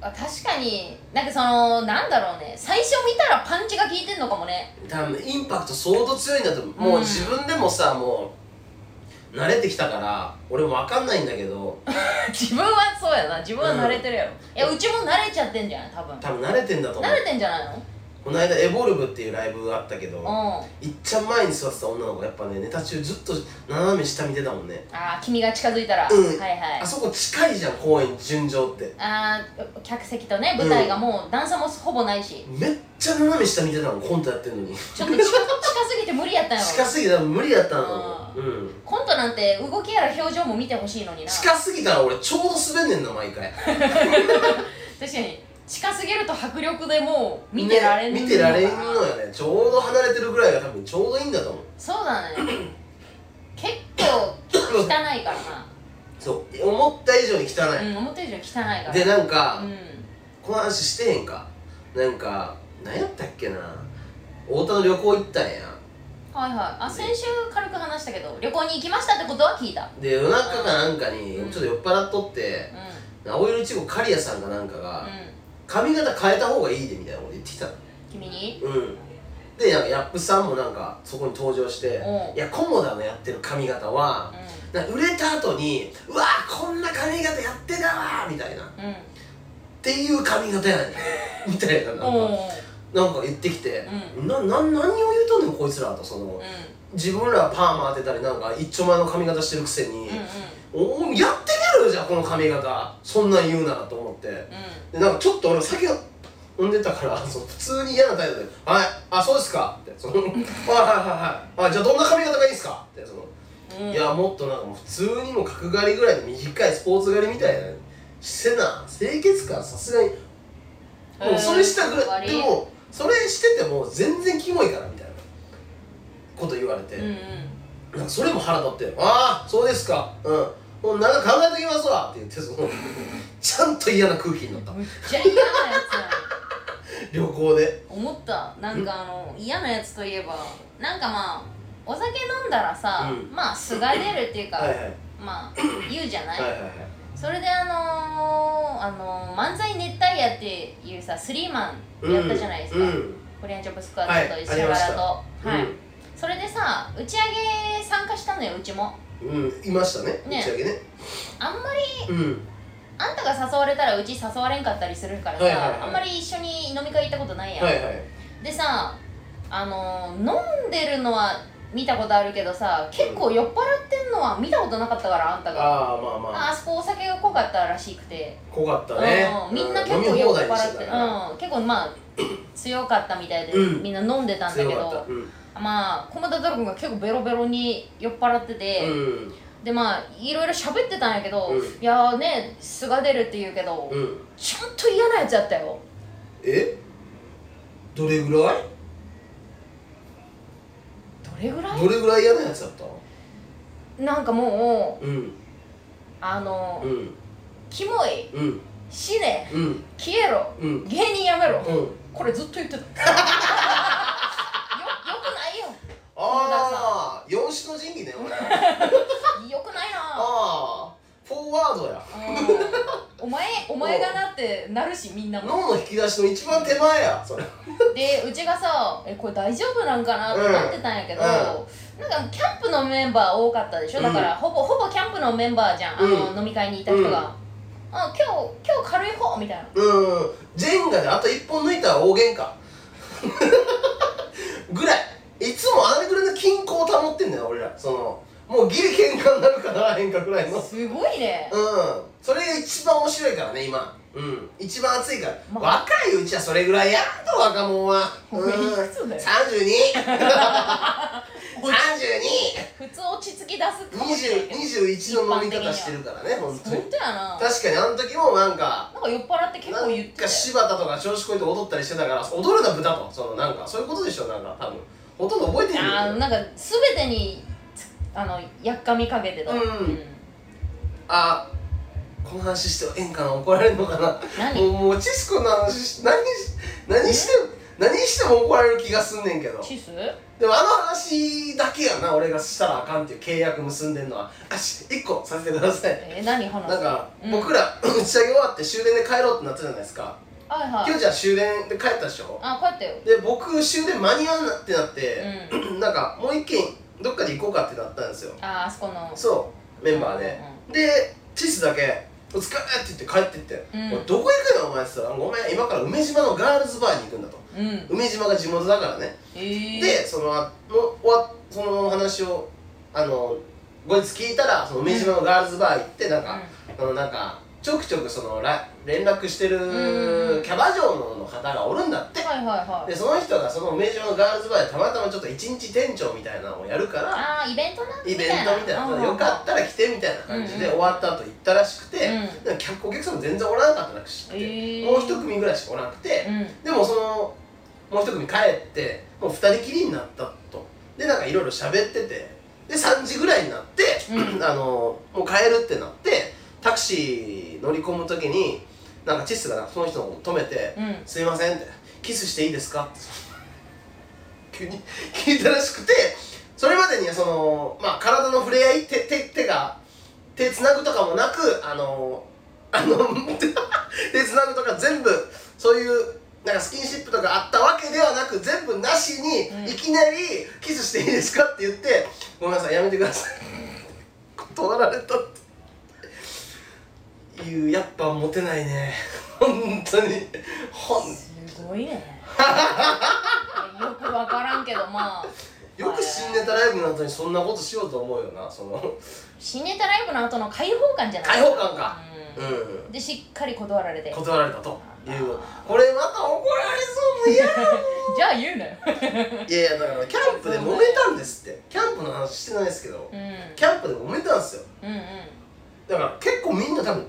Speaker 1: あ確かになんかそのなんだろうね最初見たらパンチが効いてんのかもね
Speaker 2: 多分インパクト相当強いんだと思う、もう自分でもさもう慣れてきたから俺も分かんないんだけど
Speaker 1: 自分はそうやな自分は慣れてるやろ、いやうちも慣れちゃってんじゃん多分
Speaker 2: 多分慣れてんだと思う
Speaker 1: 慣れてんじゃないの
Speaker 2: この間エボルブっていうライブがあったけど
Speaker 1: うん
Speaker 2: いっちゃん前に座ってた女の子やっぱねネタ中ずっと斜め下見てたもんね
Speaker 1: ああ君が近づいたら、
Speaker 2: うん
Speaker 1: はいはい
Speaker 2: あそこ近いじゃん公園純情って
Speaker 1: あー客席とね舞台がもう段差もほぼないし、
Speaker 2: めっちゃ斜め下見てたのコントやってんの に
Speaker 1: ちょ っと近近すぎて無理やったんや
Speaker 2: 近
Speaker 1: ろ
Speaker 2: すぎたら無理やったの
Speaker 1: あ
Speaker 2: うん
Speaker 1: コントなんて動きやら表情も見てほしいのにな
Speaker 2: 近すぎたら俺ちょうど滑んねんな毎回
Speaker 1: 確かに近すぎると迫力でもう見てられん
Speaker 2: ね
Speaker 1: の
Speaker 2: 見てられん
Speaker 1: かな
Speaker 2: のよねちょうど離れてるぐらいが多分ちょうどいいんだと思う
Speaker 1: そうだね 結構汚いからな、
Speaker 2: そう思った以上に汚い、
Speaker 1: うん、思った以上汚いから
Speaker 2: でなんか、
Speaker 1: うん
Speaker 2: この話してへんかなんか何やったっけな太田の旅行行ったんや
Speaker 1: はいはいあ先週軽く話したけど旅行に行きましたってことは聞いた
Speaker 2: で夜中かなんかに
Speaker 1: うん
Speaker 2: ちょっと酔っ払っとっ
Speaker 1: う
Speaker 2: て
Speaker 1: ん、
Speaker 2: 青色いちご刈谷さんかなんかが、
Speaker 1: うん
Speaker 2: 髪型変えた方がいいでみたいなこと言ってきたの
Speaker 1: 君に
Speaker 2: うんでなんかヤップさんもなんかそこに登場して
Speaker 1: う
Speaker 2: 「いやコモダのやってる髪型は
Speaker 1: う
Speaker 2: なんか売れた後にうわーこんな髪型やってたわー」みたいな「っ
Speaker 1: んうん
Speaker 2: ていう髪型やね ん」みたいななんか
Speaker 1: おー
Speaker 2: なんか言ってきて、
Speaker 1: う
Speaker 2: なな何を言うとんねんこいつらとその
Speaker 1: う
Speaker 2: 自分らはパーマ当てたりなんか一丁前の髪型してるくせに
Speaker 1: んうんうん、
Speaker 2: おおやってみろよじゃあこの髪型そんなん言うならと思ってでなんかちょっと俺酒を飲んでたから そう普通に嫌な態度で「はいあそうですか」って「その はいはいはいはいあじゃあどんな髪型がいいですか?」ってその、
Speaker 1: うん
Speaker 2: いやもっとなんかもう普通にもう角刈りぐらいで短いスポーツ刈りみたいなしてな清潔感さすがにもうそれしたぐらい
Speaker 1: えー
Speaker 2: でもそれしてても全然キモいからみたいなこと言われて、
Speaker 1: うんうん
Speaker 2: なんかそれも腹立って「ああそうですかうんもうなんか考えときますわ」って言ってその ちゃんと嫌な空気になった
Speaker 1: むっちゃ嫌なやつや
Speaker 2: 旅行で
Speaker 1: ん思ったなんかあの嫌なやつといえばなんかまあお酒飲んだらさ、
Speaker 2: うん
Speaker 1: まあ素が出るっていうか、
Speaker 2: はいはい
Speaker 1: まあ言うじゃない、
Speaker 2: はいはいはい
Speaker 1: それであのー、あのー、漫才熱帯夜っていうさスリーマンやったじゃないですか、
Speaker 2: うんうん
Speaker 1: コリアンチョップスクワットと石
Speaker 2: はいあり
Speaker 1: 原
Speaker 2: ました
Speaker 1: と、はいそれでさ打ち上げ参加したのようちも
Speaker 2: うん、うん、いましたね
Speaker 1: ね
Speaker 2: 打ち上げね
Speaker 1: あんまり
Speaker 2: うん
Speaker 1: あんたが誘われたらうち誘われんかったりするからさ、
Speaker 2: はいはいはい
Speaker 1: あんまり一緒に飲み会行ったことないやん、
Speaker 2: はいはい
Speaker 1: でさあのー飲んでるのは見たことあるけどさ結構酔っ払ってんのは見たことなかったからあんたが
Speaker 2: ああまあま
Speaker 1: あ
Speaker 2: あ
Speaker 1: あそこお酒が濃かったらしくて、
Speaker 2: 濃かったね
Speaker 1: うん、みんな結
Speaker 2: う
Speaker 1: 構
Speaker 2: 飲み
Speaker 1: 酔
Speaker 2: 放
Speaker 1: っ
Speaker 2: 題
Speaker 1: 払
Speaker 2: でし
Speaker 1: ってて、
Speaker 2: たから
Speaker 1: うん、結構まあ強かったみたいで、
Speaker 2: うん
Speaker 1: みんな飲んでたんだけ
Speaker 2: 強かった
Speaker 1: ど
Speaker 2: うん
Speaker 1: まあ駒田太郎君が結構ベロベロに酔っ払ってて、
Speaker 2: うん
Speaker 1: でまあいろいろ喋ってたんやけど、
Speaker 2: うん
Speaker 1: いやーね素が出るって言うけど、
Speaker 2: うん
Speaker 1: ちゃんと嫌なやつやったよ
Speaker 2: えどれぐらい
Speaker 1: どれぐら
Speaker 2: どれぐらい嫌なやつだった
Speaker 1: いなんかもう
Speaker 2: うん
Speaker 1: あの、
Speaker 2: うん
Speaker 1: キモい
Speaker 2: うん
Speaker 1: 死ね
Speaker 2: うん
Speaker 1: 消えろ
Speaker 2: うん
Speaker 1: 芸人やめろ、
Speaker 2: うん
Speaker 1: これずっと言っ てたよよくないよ
Speaker 2: ああ四種の神器ね俺コワードや
Speaker 1: お前お前がなってなるしみんなも
Speaker 2: 脳の引き出しの一番手前やそれ
Speaker 1: でうちがさえこれ大丈夫なんかなってなってたんやけど、なんかキャンプのメンバー多かったでしょだから、ほぼほぼキャンプのメンバーじゃんあの、飲み会にいた人が、
Speaker 2: うん
Speaker 1: あ今日今日軽い方みたいな
Speaker 2: うんジェンガであと一本抜いたら大喧嘩 ぐらいいつもあれぐらいの均衡を保ってんだよ俺らそのもうギリ喧嘩になるかならへんかぐらいのうん
Speaker 1: すごいね、
Speaker 2: それが一番面白いからね今うん一番熱いから、
Speaker 1: まあ
Speaker 2: 若いうちはそれぐらいやんと若者は
Speaker 1: お
Speaker 2: うん
Speaker 1: 前いくつだよ 普
Speaker 2: 32!32!21
Speaker 1: 通落ち着き出すかもしれんけど
Speaker 2: の飲み方してるからね本当
Speaker 1: 本
Speaker 2: に
Speaker 1: 当やな
Speaker 2: 確かにあの時もなんか
Speaker 1: なんか酔っ払って結構言って
Speaker 2: なんか柴田とか調子こいて踊ったりしてたから踊るな豚とそのなんかそういうことでしょなんか多分ほとんど覚えて
Speaker 1: あ
Speaker 2: な
Speaker 1: ー
Speaker 2: い
Speaker 1: なんか全てにつあのやっかみかけてた、
Speaker 2: うんあこの話してええんかな怒られるのかな
Speaker 1: 何
Speaker 2: もうもうチスコの話し何し何して何しても怒られる気がすんねんけど
Speaker 1: チス
Speaker 2: でもあの話だけやな俺がしたらあかんっていう契約結んでんのはあし1個させてください
Speaker 1: えー何話す
Speaker 2: なんか、
Speaker 1: うん
Speaker 2: 僕ら打ち上げ終わって終電で帰ろうってなったじゃないですか
Speaker 1: はいは
Speaker 2: 今
Speaker 1: い
Speaker 2: 日じゃあ終電で帰ったでしょ
Speaker 1: あこうやってよ
Speaker 2: で僕終電間に合わんなってなって、
Speaker 1: う
Speaker 2: なんかもう一軒どっかで行こうかってなったんですよ
Speaker 1: んああそこの
Speaker 2: そうメンバーで、でチスだけ「お疲れ!」って言って帰ってって「
Speaker 1: うん
Speaker 2: おいどこ行くのお前」って言ったら「ごめん今から梅島のガールズバーに行くんだ」と
Speaker 1: うんうん
Speaker 2: 梅島が地元だからね、
Speaker 1: えー、
Speaker 2: でそのあもう終わそのお話をあの後日聞いたらその梅島のガールズバー行ってなん
Speaker 1: う
Speaker 2: か、
Speaker 1: ん
Speaker 2: あのなんかちょくちょくそのら連絡してる
Speaker 1: うん
Speaker 2: キャバ嬢の方がおるんだって
Speaker 1: はいはいはい
Speaker 2: でその人がその名城のガールズバーでたまたまちょっと一日店長みたいなのをやるから
Speaker 1: ああイベントな
Speaker 2: イベントみたいな
Speaker 1: うんうんうん
Speaker 2: よかったら来てみたいな感じで
Speaker 1: うん
Speaker 2: 終わった後行ったらしくて、
Speaker 1: うん
Speaker 2: でも客お客さんも全然おらんかったらしくて、
Speaker 1: へー
Speaker 2: もう一組ぐらいしかおらなくて、
Speaker 1: うん
Speaker 2: でもそのもう一組帰ってもう二人きりになったとでなんかいろいろ喋っててで3時ぐらいになって、
Speaker 1: う
Speaker 2: あのもう帰るってなってタクシー乗り込む時になんかチッスがなんかその人を止めて、
Speaker 1: うん
Speaker 2: すいませんってキスしていいですかって急に聞いたらしくてそれまでにはその、まあ、体の触れ合い手手手が手つなぐとかもなくあのあの手つなぐとか全部そういうなんかスキンシップとかあったわけではなく全部なしに、
Speaker 1: うん
Speaker 2: いきなり「キスしていいですか?」って言って「ごめんなさいやめてください」 断られたっていうやっぱモテないね本当に本
Speaker 1: すごい ねよくわからんけどまあ
Speaker 2: よく新ネタライブの後にそんなことしようと思うよなその
Speaker 1: 新ネタライブの後の開放感じゃない
Speaker 2: 開放感か
Speaker 1: う
Speaker 2: うんん
Speaker 1: でしっかり断られて
Speaker 2: 断られたというこれまた怒られそうも嫌やも
Speaker 1: じゃあ言うな よ
Speaker 2: ういやいやだからキャンプで揉めたんですってキャンプの話してないですけど
Speaker 1: うん
Speaker 2: キャンプで揉めたんですよ
Speaker 1: うんうん
Speaker 2: だから結構みんな多分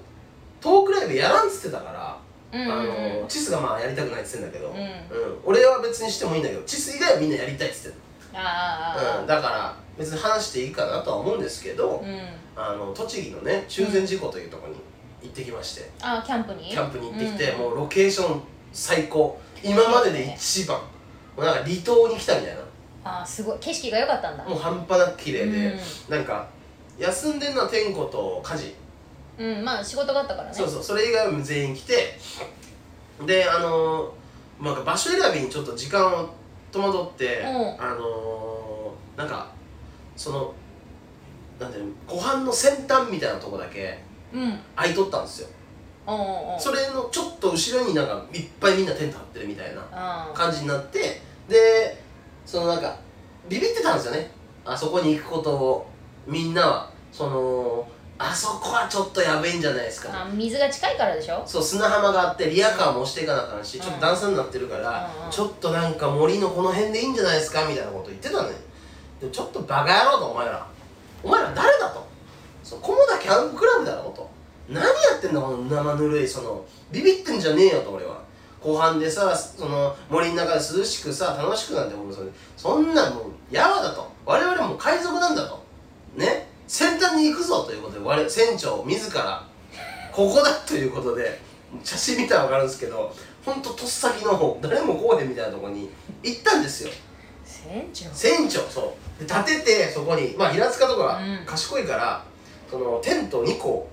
Speaker 2: トークライブやらんっつってたから
Speaker 1: うんうん
Speaker 2: あ
Speaker 1: うん
Speaker 2: のチスがまあやりたくないっつってんだけど、
Speaker 1: うん
Speaker 2: 俺は別にしてもいいんだけどチス以外はみんなやりたいっつって
Speaker 1: あ
Speaker 2: た、うん、
Speaker 1: あああ
Speaker 2: だから別に話していいかなとは思うんですけど、
Speaker 1: うん
Speaker 2: あの栃木のね中禅寺湖というところに行ってきまして、
Speaker 1: あキャンプに
Speaker 2: キャンプに行ってきて、
Speaker 1: うん
Speaker 2: もうロケーション最高今までで一番もうなんか離島に来たみたいな
Speaker 1: あすごい景色が良かったんだ
Speaker 2: もう半端なく綺麗で、
Speaker 1: う
Speaker 2: なんか休んでんのは天子と家事
Speaker 1: ん、うん、まあ仕事があったからね
Speaker 2: そうそうそれ以外も全員来てであのー、なんか場所選びにちょっと時間を戸惑って、
Speaker 1: うん
Speaker 2: あのー、なんかそのなんていうの湖畔の先端みたいなとこだけ
Speaker 1: うんうんうん
Speaker 2: 空いとったんですよ
Speaker 1: うん
Speaker 2: それのちょっと後ろになんかいっぱいみんなテント張ってるみたいな
Speaker 1: あ
Speaker 2: 感じになってでそのなんかビビってたんですよねあそこに行くことをみんなはそのあそこはちょっとやべえんじゃないですか
Speaker 1: あ水が近いからでしょ
Speaker 2: そう砂浜があってリアカーも押していかなあかんし、
Speaker 1: うん
Speaker 2: ちょっと段差になってるから、
Speaker 1: うんうん
Speaker 2: ちょっとなんか森のこの辺でいいんじゃないですかみたいなこと言ってたねでもちょっとバカ野郎とお前らお前ら誰だとそう菰田キャンプクラブだろと何やってんだこの生ぬるいそのビビってんじゃねえよと俺は後半でさその森の中で涼しくさ楽しくなんて思うそれそんなんもうやわだと我々もう海賊なんだとね先端に行くぞということで我々船長自らここだということで写真見たら分かるんですけどほんととっさきの方誰も来おへんみたいなとこに行ったんですよ
Speaker 1: 船長
Speaker 2: 船長そうで立ててそこにまあ平塚とか
Speaker 1: うん
Speaker 2: 賢いから、そのテント2個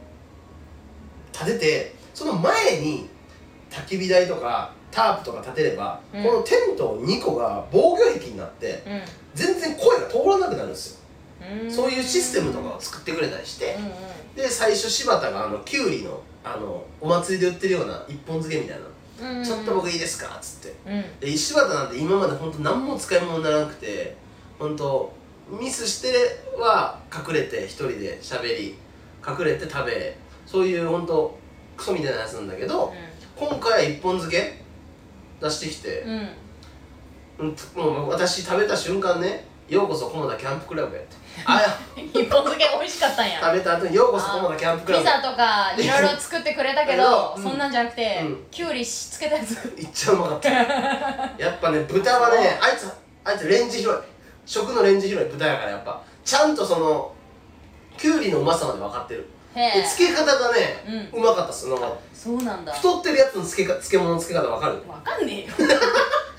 Speaker 2: 立ててその前に焚き火台とかタープとか立てれば、
Speaker 1: うん
Speaker 2: このテント2個が防御壁になって全然声が通らなくなるんですよ、
Speaker 1: うん
Speaker 2: そういうシステムとかを作ってくれたりして、
Speaker 1: うんうん
Speaker 2: で最初柴田があのキュウリのあのお祭りで売ってるような一本漬けみたいな
Speaker 1: うんう
Speaker 2: 「
Speaker 1: ん
Speaker 2: ちょっと僕いいですか?」っつって
Speaker 1: うん
Speaker 2: で柴田なんて今まで本当何も使い物にならなくて本当ミスしては隠れて一人で喋り隠れて食べそういう本当クソみたいなやつなんだけど今回は一本漬け出してきて、
Speaker 1: うん
Speaker 2: うんもう私食べた瞬間ね「ようこそ菰田キャンプクラブへ」って「あ
Speaker 1: 一本漬け美味しかったんや
Speaker 2: 食べた後にようこそ菰田キャンプク
Speaker 1: ピ
Speaker 2: ラブへ」
Speaker 1: ザとかいろいろ作ってくれたけど、
Speaker 2: うん
Speaker 1: そんなんじゃなくて、
Speaker 2: うん
Speaker 1: きゅうりつけたやつ
Speaker 2: いっちゃうまかったやっぱね豚は ねあいつあいつレンジ広い食のレンジ広い豚やからやっぱちゃんとそのきゅうりのうまさまで分かってる
Speaker 1: へえ
Speaker 2: でつけ方がね、うまかったその
Speaker 1: そうなんだ
Speaker 2: 太ってるやつのつけか漬物のつけ方分かる
Speaker 1: わかんね えよ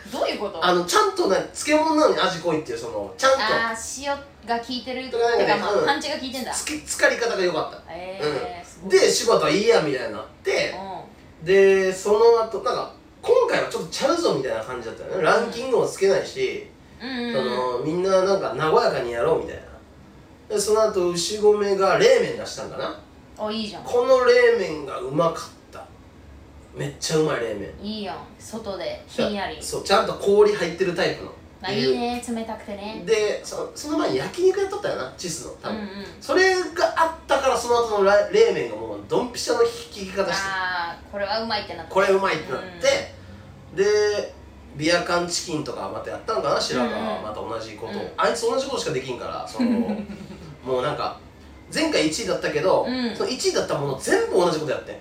Speaker 1: どういうこと
Speaker 2: あのちゃんとね漬物なのに味濃いっていうそのちゃん
Speaker 1: あー塩が効いてるって
Speaker 2: とかね
Speaker 1: かまあ
Speaker 2: うん
Speaker 1: パンチが効いてんだ
Speaker 2: とつけ浸かり方が良かった
Speaker 1: へえすごい
Speaker 2: で柴田いいやみたいになってでその後なんか今回はちょっとちゃうぞみたいな感じだったよねランキングもつけないし、
Speaker 1: うんうん
Speaker 2: そ
Speaker 1: うん
Speaker 2: のみんななんか和やかにやろうみたいなでその後牛込が冷麺出したんかな
Speaker 1: おいいじゃん
Speaker 2: この冷麺がうまかっためっちゃうまい冷麺
Speaker 1: いいやん外でひんやり
Speaker 2: そうちゃんと氷入ってるタイプの
Speaker 1: あいいね冷たくてね
Speaker 2: でそその前に焼肉やっとったよなチスの多
Speaker 1: うん
Speaker 2: 分、
Speaker 1: うん
Speaker 2: それがあったからその後のら冷麺がもうドンピシャの引き方して
Speaker 1: あーこれはうまいってなった
Speaker 2: これうまいってなって、でビア缶チキンとかまたやったのかな白川はまた同じこと、
Speaker 1: うんうん
Speaker 2: あいつ同じことしかできんから そのもうなんか前回1位だったけど、
Speaker 1: うん
Speaker 2: その1位だったもの全部同じことやってん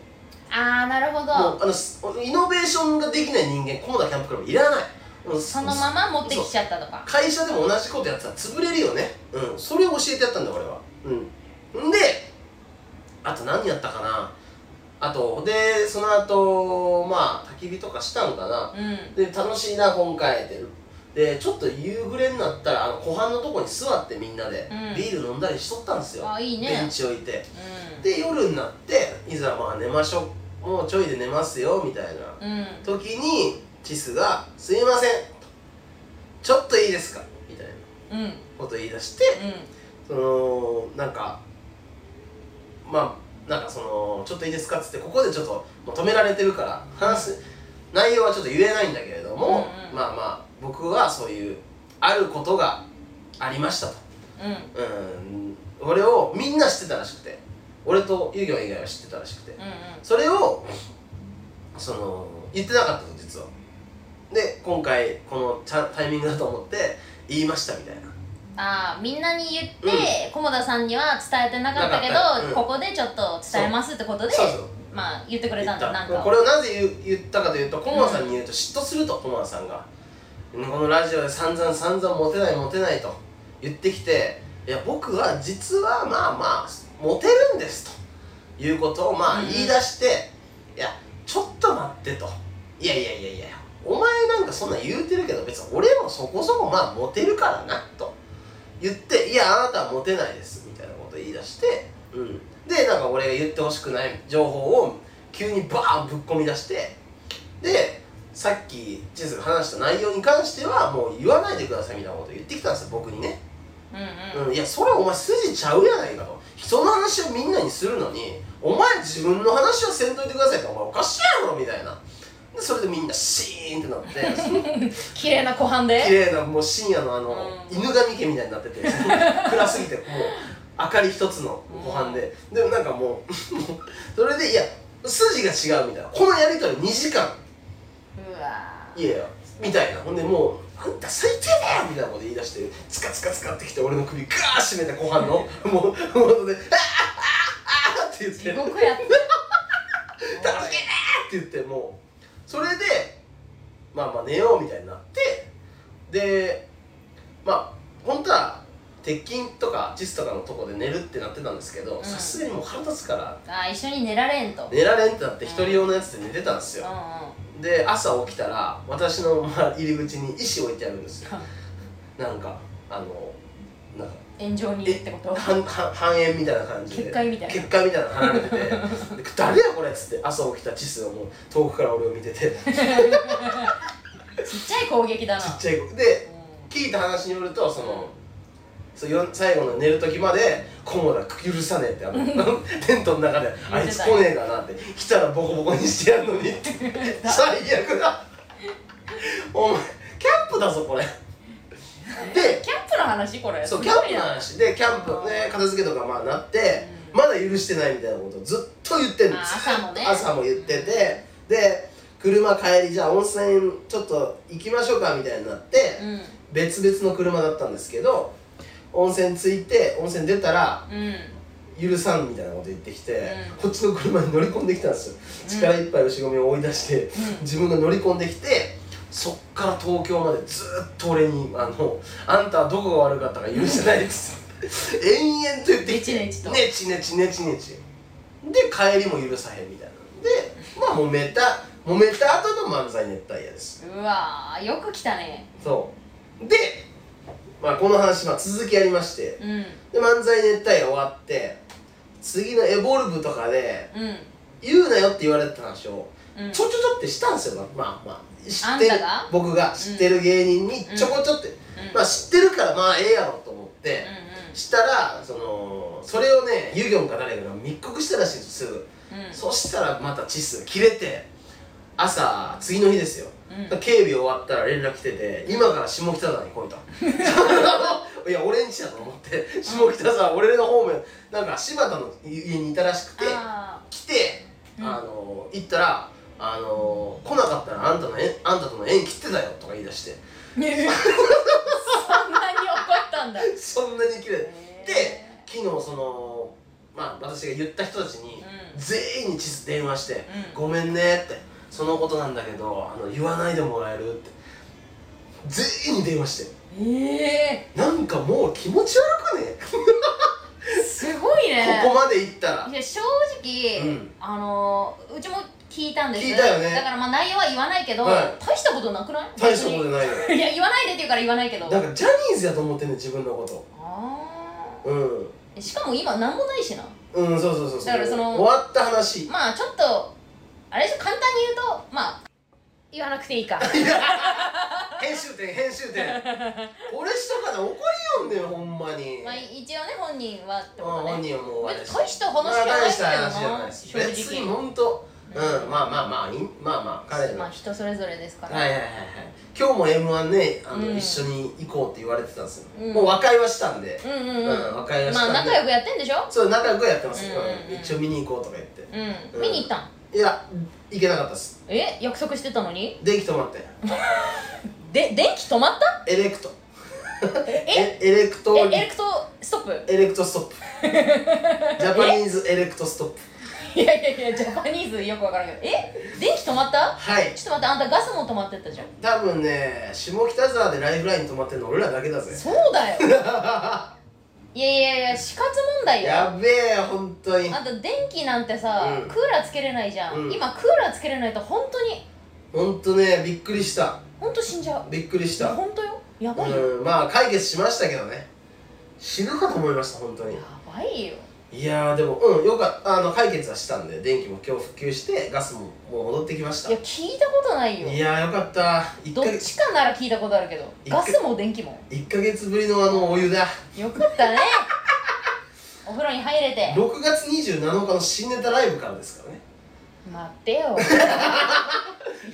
Speaker 1: ああなるほ
Speaker 2: もう
Speaker 1: ど
Speaker 2: あのすイノベーションができない人間菰田キャンプクラブいらないもう
Speaker 1: そのまま持ってきちゃったとか
Speaker 2: 会社でも同じことやってたら潰れるよねうんそれを教えてやったんだ俺はうんんであと何やったかなあとでその後まあ焚き火とかしたんかな
Speaker 1: うん
Speaker 2: で楽しいな今回ってでちょっと夕暮れになったらあの湖畔のとこに座ってみんなで、
Speaker 1: うん
Speaker 2: ビール飲んだりしとったんですよ
Speaker 1: あいい
Speaker 2: ベ
Speaker 1: ね
Speaker 2: ンチ置いて
Speaker 1: う
Speaker 2: で夜になっていざまあ寝ましょうもうちょいで寝ますよみたいなん
Speaker 1: うん
Speaker 2: 時にチスが「すいません」ちょっといいですか」みたい
Speaker 1: う
Speaker 2: な
Speaker 1: んうん
Speaker 2: こと言い出してそのなんかまあなんかその「ちょっといいですか」っつってここでちょっともう止められてるから話す内容はちょっと言えないんだけれども、
Speaker 1: うんうん
Speaker 2: まあまあ僕はそういうあることがありましたと、
Speaker 1: うん
Speaker 2: うん、俺をみんな知ってたらしくて俺と遊魚以外は知ってたらしくて
Speaker 1: うん
Speaker 2: それをその言ってなかったの実はで今回このちゃんタイミングだと思って言いましたみたいな
Speaker 1: あーみんなに言って、菰田さんには伝えてなかったけど
Speaker 2: なかったうん
Speaker 1: ここでちょっと伝えますってことで
Speaker 2: そうそう
Speaker 1: まあ言ってくれ
Speaker 2: 言
Speaker 1: たん
Speaker 2: っ
Speaker 1: だ
Speaker 2: た
Speaker 1: なんか
Speaker 2: これをなぜ言う言ったかというと駒田さんに言うと嫉妬すると駒田さんがこのラジオで散々散々モテないモテないと言ってきていや僕は実はまあまあモテるんですということをまあ
Speaker 1: うん
Speaker 2: 言い出して、いやちょっと待ってといやいやいやいやお前なんかそんなん言うてるけど別に俺もそこそこまあモテるからなと言って「いやあなたはモテないです」みたいなこと言い出して、うん、でなんか俺が言ってほしくない情報を急にバーンぶっ込み出してでさっきチェスが話した内容に関してはもう言わないでくださいみたいなことを言ってきたんですよ僕にね、
Speaker 1: うんうん
Speaker 2: うん、いやそれはお前筋ちゃうやないかと人の話をみんなにするのにお前自分の話はせんといてくださいってお前おかしいやろみたいなでそれでみんなシーンってな って
Speaker 1: 綺麗な湖畔
Speaker 2: 綺
Speaker 1: で
Speaker 2: 麗なもう深夜のあの、
Speaker 1: うん
Speaker 2: 犬神家みたいになってて 暗すぎてもう明かり一つのご飯で、でもなんかもう もうそれでいや筋が違うみたいなこのやり取り2時間
Speaker 1: うわー
Speaker 2: いやいやみたいなほんでもう「あんた最低だよ!」みたいなこと言い出してつかつかつかってきて俺の首ガーッ締めてご飯のもうもうほんで「あああああって言って
Speaker 1: 地獄やった
Speaker 2: 「楽しいね!」って言ってもうそれでまあまあ寝ようみたいになってでまあ本当は鉄筋とかチスとかのとこで寝るってなってたんですけど
Speaker 1: うん
Speaker 2: さすがにもう腹立つから
Speaker 1: あー一緒に寝られんとうんうん
Speaker 2: 寝られんってなって一人用のやつで寝てたんですよで朝起きたら私のまあ入り口に石置いてあるんですよなんかあのなんか
Speaker 1: 炎上に
Speaker 2: え
Speaker 1: ってこと
Speaker 2: 半半半円みたいな感じで
Speaker 1: 結界みたいな
Speaker 2: 結界みたいなの離 れててで誰やこれっつって朝起きたチスがもう遠くから俺を見て てちっ
Speaker 1: ちっちゃい攻撃だな
Speaker 2: ちゃい子で
Speaker 1: う
Speaker 2: 聞いた話によるとそ
Speaker 1: うん
Speaker 2: のそうよん最後の寝る時までコモダ許さねえってあの テントの中で「あいつ来ねえかな」って「来たらボコボコにしてや るのに」って最悪だお前キャンプだ ぞこれで
Speaker 1: んキャンプの話これ
Speaker 2: そうキ
Speaker 1: す
Speaker 2: ャ
Speaker 1: ご
Speaker 2: ン
Speaker 1: い
Speaker 2: プ
Speaker 1: な
Speaker 2: の話でキャンプね片付けとかまあなって、
Speaker 1: うん
Speaker 2: まだ許してないみたいなことをずっと言ってんの
Speaker 1: あ朝もね
Speaker 2: 朝も言っててで車帰りじゃあ温泉ちょっと行きましょうかみたいになって、
Speaker 1: うん
Speaker 2: 別々の車だったんですけど温泉着いて温泉出たら
Speaker 1: うん
Speaker 2: 許さんみたいなこと言ってきて、
Speaker 1: うん
Speaker 2: こっちの車に乗り込んできたんです
Speaker 1: うん
Speaker 2: よ力いっぱい後ろ身を追い出して、
Speaker 1: うん
Speaker 2: 自分が乗り込んできてそっから東京までずっと俺に「あのあんたはどこが悪かったか許してない」っつ って延々と言ってきて
Speaker 1: ねちねちと
Speaker 2: ねちねちねちねちで帰りも許さへんみたいなでまあ揉めた揉めた後の漫才熱帯夜です
Speaker 1: うわーよく来たね
Speaker 2: そうで、まあ、この話、まあ、続きありまして
Speaker 1: うん
Speaker 2: で漫才熱帯夜終わって次のエボルブとかで
Speaker 1: うん
Speaker 2: 言うなよって言われてた話を
Speaker 1: うん
Speaker 2: ちょちょちょってしたんですよまあまあ知って
Speaker 1: あ
Speaker 2: る
Speaker 1: んたが
Speaker 2: 僕が知ってる芸人にちょこちょって、
Speaker 1: うん
Speaker 2: まあ知ってるからまあええやろと思って
Speaker 1: う、ん
Speaker 2: したらそのそれをねユギョンか誰かが密告したらしいんですよすぐ、
Speaker 1: うんうん
Speaker 2: そしたらまたチスが切れて朝次の日ですよ、
Speaker 1: うん
Speaker 2: 警備終わったら連絡来てて「今から下北沢に来い」と いや俺んちだと思って下北沢俺の方面なんか柴田の家にいたらしくて
Speaker 1: あ
Speaker 2: 来て、
Speaker 1: うん
Speaker 2: あの行ったらあの来なかったらあんたの縁あんたとの縁切ってたよとか言い出して
Speaker 1: ーそんなに怒ったんだ
Speaker 2: そんなに切れてで
Speaker 1: へ
Speaker 2: 昨日そのまあ私が言った人たちに、
Speaker 1: うん
Speaker 2: 全員に地図電話して
Speaker 1: う
Speaker 2: 「
Speaker 1: ん
Speaker 2: ごめんね」って「そのことなんだけどあの言わないでもらえる」って全員に電話して
Speaker 1: ーえ
Speaker 2: なんかもう気持ち悪くね、
Speaker 1: ーすごいね
Speaker 2: ここまで行ったら
Speaker 1: いや正直、
Speaker 2: うん
Speaker 1: あのーうちも聞いたんです
Speaker 2: 聞いたよね
Speaker 1: だからまあ内容は言わないけど、
Speaker 2: は
Speaker 1: 大したことなくない
Speaker 2: 大したことじゃ
Speaker 1: な
Speaker 2: ないよ
Speaker 1: いいや言わないでって言うから言わないけど
Speaker 2: だからジャニーズやと思ってんねん自分のこ
Speaker 1: あ
Speaker 2: とうん
Speaker 1: ーしかも今何もないしな
Speaker 2: うんそうそうそうう
Speaker 1: だからその
Speaker 2: 終わった話
Speaker 1: まあちょっとあれでしょ簡単に言うとまあ言わなくてい いか
Speaker 2: 編集点編集点俺しとかで怒りよんねんほんまに、
Speaker 1: まあ一応ね本人はって
Speaker 2: まあ
Speaker 1: こ、と
Speaker 2: 本
Speaker 1: ね
Speaker 2: 人はもうあれ
Speaker 1: 別に大した話じゃないんだよな
Speaker 2: 大した話じゃないです
Speaker 1: 正直
Speaker 2: 別に本当うんまあまあまあいいまあまあ彼の
Speaker 1: まあ
Speaker 2: はい
Speaker 1: 人それぞれですから、
Speaker 2: はいはいはい今日も m 1ねあの、
Speaker 1: うん
Speaker 2: 一緒に行こうって言われてたんですよ、
Speaker 1: うん
Speaker 2: もう和解はしたんで、
Speaker 1: うんうんう、
Speaker 2: うんん和解はし
Speaker 1: ま
Speaker 2: たん
Speaker 1: あ
Speaker 2: で、
Speaker 1: 仲良くやってんでしょ
Speaker 2: そう仲良くはやってます、
Speaker 1: うん
Speaker 2: うん一応見に行こうとか言って
Speaker 1: う
Speaker 2: うんん
Speaker 1: 見に行ったん
Speaker 2: いや行けなかったです
Speaker 1: え約束してたのに
Speaker 2: 電気止まって
Speaker 1: で電気止まった
Speaker 2: エレクト
Speaker 1: え
Speaker 2: えエレクト
Speaker 1: えエレクトストップ
Speaker 2: エレクトストップジャパニーズエレクトストップ
Speaker 1: いやいやいやジャパニーズよくわからんけどえ電気止まった
Speaker 2: はい
Speaker 1: ちょっと待ってあんたガスも止まってったじゃん
Speaker 2: 多分ね下北沢でライフライン止まってるの俺らだけだぜ
Speaker 1: そうだ よいやいやいや死活問題よ
Speaker 2: やべえ本当に
Speaker 1: あんた電気なんてさ、
Speaker 2: うん
Speaker 1: クーラーつけれないじゃん、
Speaker 2: うん
Speaker 1: 今クーラーつけれないと本当に
Speaker 2: 本当ねびっくりした
Speaker 1: 本当死んじゃう
Speaker 2: びっくりした
Speaker 1: 本当よやばいよ、
Speaker 2: うんまあ解決しましたけどね死ぬかと思いました本当に
Speaker 1: やばいよ
Speaker 2: いやーでもうんよかったあの解決はしたんで電気も今日復旧してガスももう戻ってきました
Speaker 1: いや聞いたことないよ
Speaker 2: いやーよかった1
Speaker 1: ど
Speaker 2: か
Speaker 1: っちかなら聞いたことあるけど
Speaker 2: 一
Speaker 1: ガ
Speaker 2: 回
Speaker 1: スも電気も
Speaker 2: 1ヶ月ぶりのあのお湯だ
Speaker 1: よかった ねお風呂に入れて
Speaker 2: 6月27日の新ネタライブからですからね
Speaker 1: 待ってよ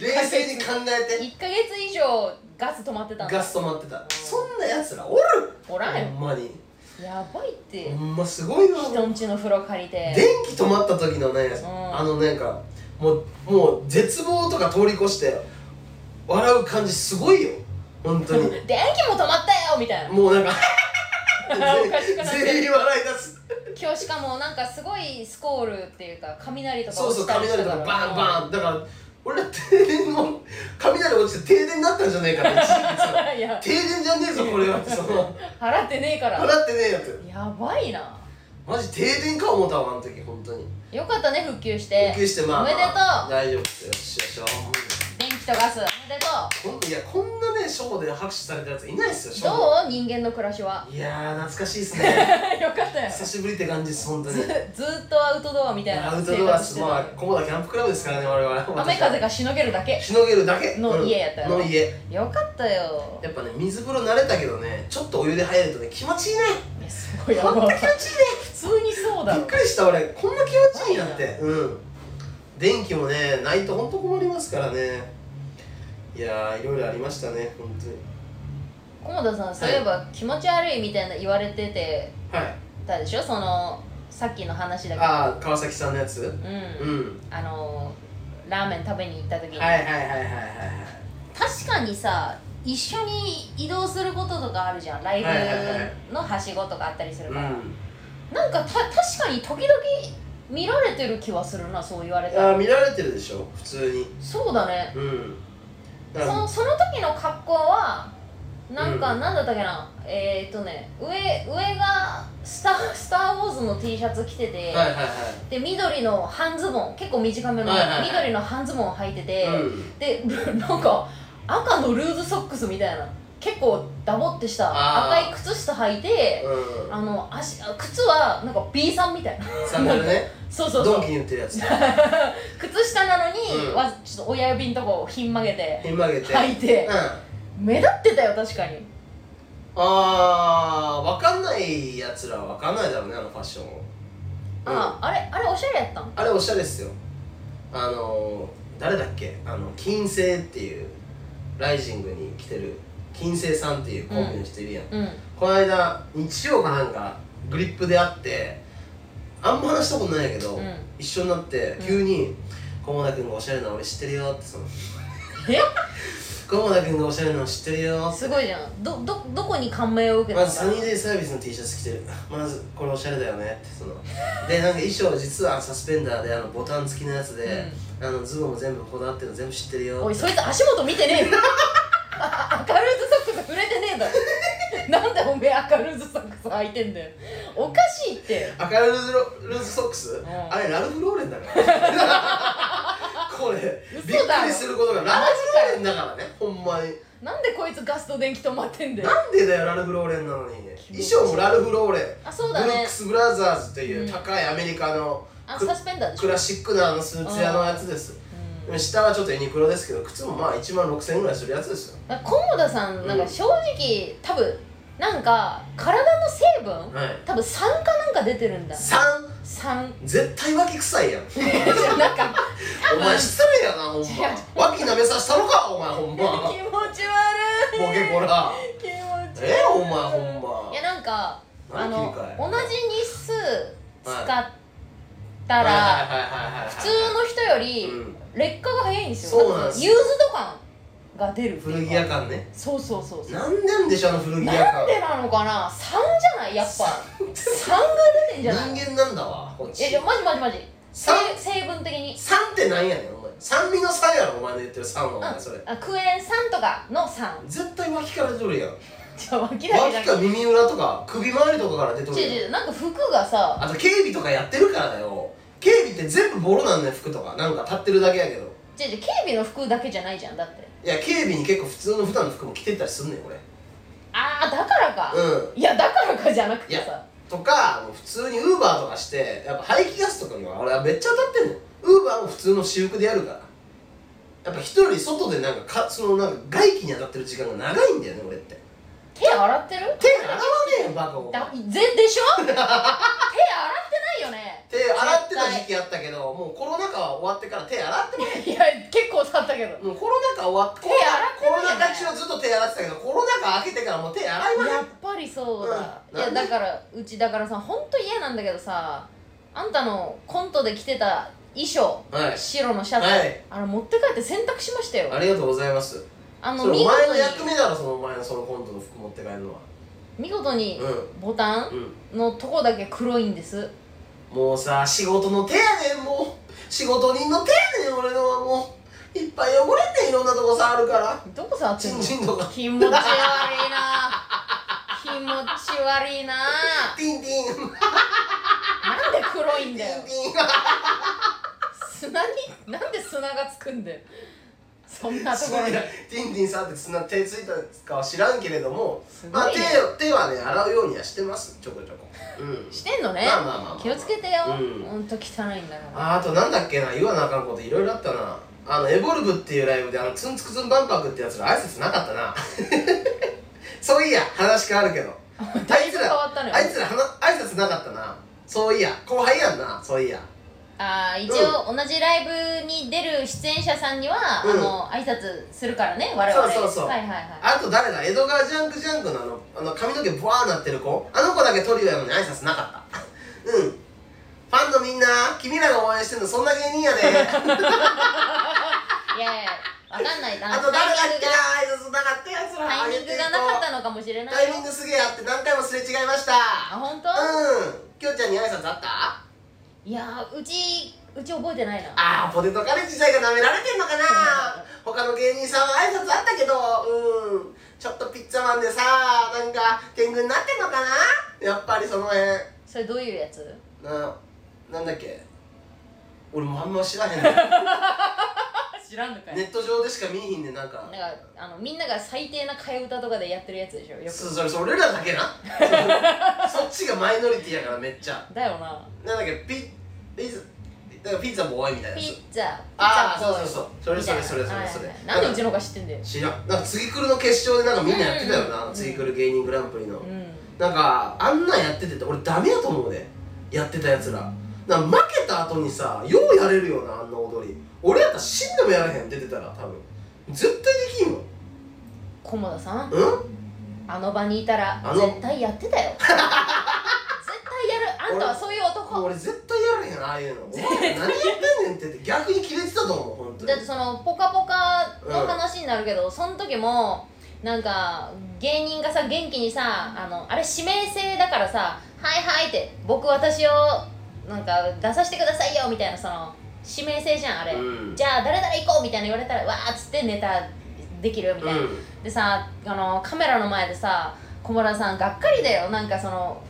Speaker 2: 冷静に考えて
Speaker 1: 1ヶ月以上ガス止まってたんだ
Speaker 2: ガス止まってたそんなやつらおる
Speaker 1: おらんよ
Speaker 2: ほんまに
Speaker 1: やばいって
Speaker 2: ほんますごいな
Speaker 1: 人んちの風呂借りて
Speaker 2: 電気止まった時のね、
Speaker 1: ん
Speaker 2: あのなんかもうもう絶望とか通り越して笑う感じすごいよ本当に
Speaker 1: 電気も止まったよみたいな
Speaker 2: もうなんか
Speaker 1: おかしくなってる
Speaker 2: 全員笑い出す
Speaker 1: 今日しかもなんかすごいスコールっていうか雷とか
Speaker 2: そう
Speaker 1: 落
Speaker 2: そう
Speaker 1: ちたりし
Speaker 2: 雷
Speaker 1: たか
Speaker 2: とからバンバンだから俺ら停電の雷落ちて停電になったんじゃねえかって一時期さ
Speaker 1: いや
Speaker 2: 停電じゃねえぞこれはって その
Speaker 1: 払ってねえから
Speaker 2: 払ってねえやつ
Speaker 1: やばいな
Speaker 2: マジ停電か思ったわあの時本当に
Speaker 1: よかったね復旧して
Speaker 2: びっくりしてまあ
Speaker 1: おめでとう
Speaker 2: 大丈夫ですよよしよしょ
Speaker 1: 電気とガスおめでと
Speaker 2: ほんといやこんなねショーで拍手されたやついないっすよショー
Speaker 1: どう人間の暮らしは
Speaker 2: いやー懐かしいですね
Speaker 1: よかったよ
Speaker 2: 久しぶりって感じです本当に
Speaker 1: ずずっとアウトドアみたいな
Speaker 2: アウトドアス
Speaker 1: 生活
Speaker 2: まあ
Speaker 1: してた
Speaker 2: ここだキャンプクラブですからね我々
Speaker 1: 雨風がしのげるだけ
Speaker 2: しのげるだけ
Speaker 1: の家やったよね
Speaker 2: の家
Speaker 1: よかったよ
Speaker 2: やっぱね水風呂慣れたけどねちょっとお湯で入るとね気持ちいいね
Speaker 1: いやすごいや
Speaker 2: ほんと
Speaker 1: ば
Speaker 2: 気持
Speaker 1: い
Speaker 2: ちいいね
Speaker 1: 普通にそうだ
Speaker 2: び
Speaker 1: ろ
Speaker 2: っくりした俺こんな気持ちいいんやってうん電気もねないとほんと困りますからねいやーいろいろありましたね本当に
Speaker 1: 菰田さんそういえば気持ち悪いみたいな言われてて
Speaker 2: はい
Speaker 1: たでしょそのさっきの話だけ
Speaker 2: ああ川崎さんのやつ
Speaker 1: どう
Speaker 2: うんん
Speaker 1: あのラーメン食べに行った時に、
Speaker 2: はいはいはいはいはいはい
Speaker 1: 確かにさ一緒に移動することとかあるじゃんライ
Speaker 2: はいはいはい
Speaker 1: ブのはしごとかあったりする
Speaker 2: う
Speaker 1: から、
Speaker 2: ん
Speaker 1: なんかた確かに時々見られてる気はするなそう言われた
Speaker 2: あ
Speaker 1: ら
Speaker 2: ー見られてるでしょ普通に
Speaker 1: そうだね
Speaker 2: うんだ
Speaker 1: そ
Speaker 2: から
Speaker 1: のその時の格好はなんか、
Speaker 2: うん
Speaker 1: なんだったっけなえー、っとね上上がスター「スター・ウォーズ」の T シャツ着てて、
Speaker 2: はいはいは
Speaker 1: で緑の半ズボン結構短めの、
Speaker 2: はいはいはい
Speaker 1: 緑の半ズボンを履いてて、
Speaker 2: いうん
Speaker 1: で ルなんか赤のルーズソックスみたいな結構ダボってした
Speaker 2: あー
Speaker 1: 赤い靴下履いて
Speaker 2: うん
Speaker 1: あの足あ靴はなんか B さんみたいな
Speaker 2: サンダルね
Speaker 1: そうそうそ
Speaker 2: ドン
Speaker 1: う
Speaker 2: キに売ってるやつ
Speaker 1: 靴下なのに、
Speaker 2: うん
Speaker 1: わちょっと親指のとこをひん曲げて
Speaker 2: ひん曲げて
Speaker 1: 履いて
Speaker 2: うん
Speaker 1: 目立ってたよ確かに
Speaker 2: あー分かんないやつらは分かんないだろうねあのファッションを、
Speaker 1: あ、あれあれおしゃれやったん
Speaker 2: うんあれおしゃれっすよあのー誰だっけあの金星っていうライジングに来てる金星さんっていうコンビの人いるやん、
Speaker 1: うん
Speaker 2: この間日曜かなんかグリップで会ってあんま話したことないんやけど、
Speaker 1: うん
Speaker 2: 一緒になって
Speaker 1: うん
Speaker 2: 急に「菰田君がおしゃれなの俺知ってるよ」ってその
Speaker 1: え
Speaker 2: 菰田君がおしゃれなの知ってるよ」って
Speaker 1: すごいじゃんどどどこに感銘を受けた
Speaker 2: ま
Speaker 1: の
Speaker 2: ずサニーデイサービスの T シャツ着てるまずこれおしゃれだよねってそのでなんか衣装実はサスペンダーであのボタン付きのやつで、あのズボンも全部こだわってるの全部知ってるよ
Speaker 1: おいそいつ足元見てねえぞ赤ルーズソックス触れてねえだろなんでおめえ赤ルーズソックス履いてんだよおかしいって
Speaker 2: 赤ルーズロルーズソックス、
Speaker 1: ん
Speaker 2: あれラルフ・ローレンだから これ
Speaker 1: 嘘
Speaker 2: びっ
Speaker 1: だ
Speaker 2: く
Speaker 1: ろ
Speaker 2: りすることがラルフ・ローレンだからねほんまに
Speaker 1: なんでこいつガスと電気止まってんだよ
Speaker 2: なんでだよラルフ・ローレンなのに
Speaker 1: 気持
Speaker 2: 衣
Speaker 1: ち
Speaker 2: 装もラルフ・ローレン
Speaker 1: あそう
Speaker 2: ブ
Speaker 1: だ
Speaker 2: ルッ
Speaker 1: ね
Speaker 2: クス・ブラザーズという
Speaker 1: うん
Speaker 2: 高いアメリカの
Speaker 1: あサスペンダーでし
Speaker 2: ク
Speaker 1: ょ、
Speaker 2: ラシックなあのスーツ屋のやつです、
Speaker 1: うん、
Speaker 2: 下はちょっとユニクロですけど靴もまあ1万6000円ぐらいするやつですよ
Speaker 1: だから菰田さんなんか正直多分なんか体の成分
Speaker 2: はい
Speaker 1: 多分酸化なんか出てるんだ
Speaker 2: 3
Speaker 1: 酸
Speaker 2: 絶対脇臭いやん
Speaker 1: なんか
Speaker 2: お前失礼やなほんま脇舐めさせたのかお前ほんまボ
Speaker 1: 気持ち悪い
Speaker 2: ケコラ
Speaker 1: 気持ち悪い
Speaker 2: えお前ほんま
Speaker 1: いやなんかあ
Speaker 2: 何
Speaker 1: の
Speaker 2: 切り替え
Speaker 1: 同じ日数使ったら、
Speaker 2: 普
Speaker 1: 普通の人より
Speaker 2: うん
Speaker 1: 劣化が早いんですよ、
Speaker 2: そうなんです
Speaker 1: ユーズド感が出るっていうか
Speaker 2: 古着屋感ね
Speaker 1: そうそうそうそう
Speaker 2: なんでんでしょあの古着屋
Speaker 1: なん
Speaker 2: 感
Speaker 1: でなのかな酸じゃないやっぱ酸が出てんじゃない
Speaker 2: 人間なんだわこっ
Speaker 1: いや
Speaker 2: ち
Speaker 1: いやマジマジマジ成
Speaker 2: 酸
Speaker 1: 成分的に
Speaker 2: 酸ってなんやねんお前酸味の酸やろお前の言ってる酸はお
Speaker 1: うん
Speaker 2: 前それ
Speaker 1: あクエン酸とかの酸
Speaker 2: 絶対脇から出とるやん
Speaker 1: ちょ脇だけじゃな
Speaker 2: 脇
Speaker 1: く
Speaker 2: か耳裏とか首周りとかから出とる
Speaker 1: て違う
Speaker 2: やん
Speaker 1: 違うなんか服がさ
Speaker 2: あと警備とかやってるからだよ警備って全部ボロなんだよ服とかなんか立ってるだけやけど
Speaker 1: 違う違う警備の服だけじゃないじゃんだって
Speaker 2: いや警備に結構普通の普段の服も着てったりすんねん俺
Speaker 1: ああだからか、
Speaker 2: うん
Speaker 1: いやだからかじゃなくて
Speaker 2: い
Speaker 1: さ
Speaker 2: とかもう普通にウーバーとかしてやっぱ排気ガスとかには俺はめっちゃ当たってんのウーバーも普通の私服でやるからやっぱ人より外でなんかかそのなんか外気に当たってる時間が長いんだよね俺って
Speaker 1: 手洗ってる
Speaker 2: 手洗わねえよバカお前
Speaker 1: だぜでしょ 手洗ってないよね
Speaker 2: 手洗ってた時期やったけどもうコロナ禍は終わってから手洗っても
Speaker 1: いや結構経ったけど
Speaker 2: もうコロナ禍終わっ
Speaker 1: 手
Speaker 2: て
Speaker 1: 洗ってないよね
Speaker 2: コロナ禍中はずっと手洗ってたけどコロナ禍開けてからもう手洗いません
Speaker 1: やっぱりそうだ、
Speaker 2: うん
Speaker 1: いや
Speaker 2: なんで
Speaker 1: だからうちだからさ本当嫌なんだけどさあんたのコントで着てた衣装
Speaker 2: はい
Speaker 1: 白のシャツ、
Speaker 2: はい
Speaker 1: あれ持って帰って洗濯しましたよ
Speaker 2: ありがとうございます
Speaker 1: あの
Speaker 2: それお
Speaker 1: 見
Speaker 2: 前
Speaker 1: 事
Speaker 2: の
Speaker 1: に
Speaker 2: 役目だろそのお前のそのコントの服持って帰るのは
Speaker 1: 見事に
Speaker 2: う
Speaker 1: ボタン
Speaker 2: んうん
Speaker 1: のとこだけ黒いんです
Speaker 2: もうさ仕事の手やねんもう仕事人の手やねん俺のはもういっぱい汚れんねんいろんなとこ触るから
Speaker 1: どこ触って
Speaker 2: チ
Speaker 1: ん
Speaker 2: ン
Speaker 1: の
Speaker 2: チンとか
Speaker 1: 気持ち悪いな気持ち悪いな
Speaker 2: ティンティンティン
Speaker 1: なんで黒いんだよ
Speaker 2: ティン
Speaker 1: 砂になんで砂がつくんだよそんなと
Speaker 2: す
Speaker 1: こ
Speaker 2: ご
Speaker 1: ろ
Speaker 2: い
Speaker 1: に
Speaker 2: なティンティンさんってそんな手ついたかは知らんけれども
Speaker 1: すご
Speaker 2: まあ
Speaker 1: い
Speaker 2: 手
Speaker 1: ね
Speaker 2: を手はね洗うようにはしてますちょこちょこうん
Speaker 1: してんのね
Speaker 2: まあまあまあまあ
Speaker 1: 気をつけてよ
Speaker 2: うん
Speaker 1: ほんと汚いんだから
Speaker 2: ああとなんだっけな言わなあかんこといろいろあったなあのエボルブっていうライブであのツンツクツン万博ってやつら挨拶なかったな そういや話変わるけ どあいつ
Speaker 1: 変
Speaker 2: ら
Speaker 1: わったのよ
Speaker 2: あいつらはな挨拶なかったなそういや後輩やんなそういや
Speaker 1: あー一応同じライブに出る出演者さんには、
Speaker 2: うん
Speaker 1: あの挨拶するからね我々
Speaker 2: そうそうそう
Speaker 1: はいはいはい
Speaker 2: あと誰だ江戸川ジャンクジャンクのあのあの髪の毛ブワーなってる子あの子だけトリオやのに挨拶なかった うんファンのみんな君らが応援してんのそんな芸人やね
Speaker 1: いやいやわかんないな
Speaker 2: あと誰だっ
Speaker 1: タイミング
Speaker 2: け
Speaker 1: が
Speaker 2: な挨拶なかったやつら
Speaker 1: タイミングがなかったのかもしれない
Speaker 2: タイミングすげえあって何回もすれ違いました
Speaker 1: あ本当、
Speaker 2: うんきょうちゃんに挨拶あった
Speaker 1: いやーうちうち覚えてないな
Speaker 2: あーポテトカレッジ自体が舐められてんのかな他の芸人さんは挨拶あったけどうんちょっとピッツァマンでさなんか天狗になってんのかなやっぱりその辺
Speaker 1: それどういうやつ
Speaker 2: ななんだっけ俺もあんま知らへ んね
Speaker 1: 知らんのか
Speaker 2: ネット上でしか見えへんねんなんか
Speaker 1: なんかあのみんなが最低な替え歌とかでやってるやつでしょよ
Speaker 2: そ
Speaker 1: く
Speaker 2: それそれ俺らだけな そっちがマイノリティやからめっちゃ
Speaker 1: だよな
Speaker 2: なんだっけピッピッツァだからピッツァボーイみたいな
Speaker 1: ピ
Speaker 2: や
Speaker 1: ッ
Speaker 2: つ
Speaker 1: ツァ
Speaker 2: あー
Speaker 1: ピッツァボーイ
Speaker 2: そうそうそうそれそれそれそれ
Speaker 1: みたいな
Speaker 2: それ
Speaker 1: はいはいはいなんでうちの方が知ってんだよ
Speaker 2: 知らんなんか次来るの決勝でなんかみんなやってたよな、
Speaker 1: うん
Speaker 2: 次来る芸人グランプリの、
Speaker 1: うん
Speaker 2: なんかあんなんやっててって俺ダメやと思うでやってたやつらなんか負けた後にさようやれるよなあんな踊り俺やったら死んでもやらへん出てたら多分絶対できんもん
Speaker 1: 菰田さん
Speaker 2: うん
Speaker 1: あの場にいたら
Speaker 2: あの
Speaker 1: 絶対やってた よ絶対やるあんたはそういう
Speaker 2: もう
Speaker 1: 男
Speaker 2: 俺絶対やらへんあ あいうのお前何やってんねんってって逆にキレてたと思う本当に
Speaker 1: だってその「ぽかぽか」の話になるけど、その時もなんか芸人がさ元気にさあのあれ指名制だからさ「はいはい」って「僕私をなんか出させてくださいよ」みたいなその指名制じゃんあれ、
Speaker 2: うん
Speaker 1: じゃあ誰々行こうみたいな言われたらわーっつってネタできるよみたいな、
Speaker 2: うん
Speaker 1: でさあのカメラの前でさ小村さんがっかりだよなんかその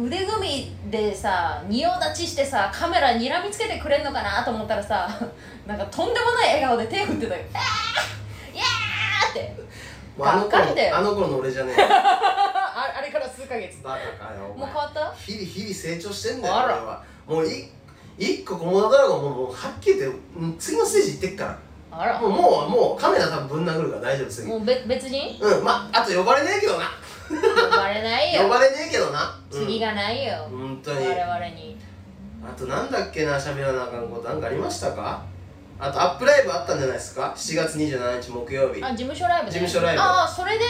Speaker 1: 腕組みでさ仁王立ちしてさカメラにらみつけてくれんのかなと思ったらさ なんかとんでもない笑顔で手振ってたよ「あ ーイエー!」って
Speaker 2: もうあの頃
Speaker 1: がっかりだよ
Speaker 2: あの頃の俺じゃねえ
Speaker 1: ああれから数ヶ月
Speaker 2: バカかよお
Speaker 1: もう
Speaker 2: 前
Speaker 1: 変わった
Speaker 2: 日々日々成長してんだよ
Speaker 1: あら
Speaker 2: 俺はもうい一個小物ドラゴンももうはっきり言ってうん次のステージ行ってっから
Speaker 1: あら
Speaker 2: もう
Speaker 1: も
Speaker 2: もうもうカメラ多分ぶん殴るから大丈夫次
Speaker 1: う別別人
Speaker 2: うんまああと呼ばれねえけどな
Speaker 1: 呼ばれない
Speaker 2: 呼
Speaker 1: よ
Speaker 2: ばれねえけどな
Speaker 1: 次がないよ、
Speaker 2: うん本当に
Speaker 1: 我々に
Speaker 2: あとなんだっけな喋らなあかんことなんかありましたかあとアップライブあったんじゃないですか7月27日木曜日
Speaker 1: あ
Speaker 2: あ
Speaker 1: 事務所ライブ、ね、
Speaker 2: 事務所ライブ
Speaker 1: ああそれで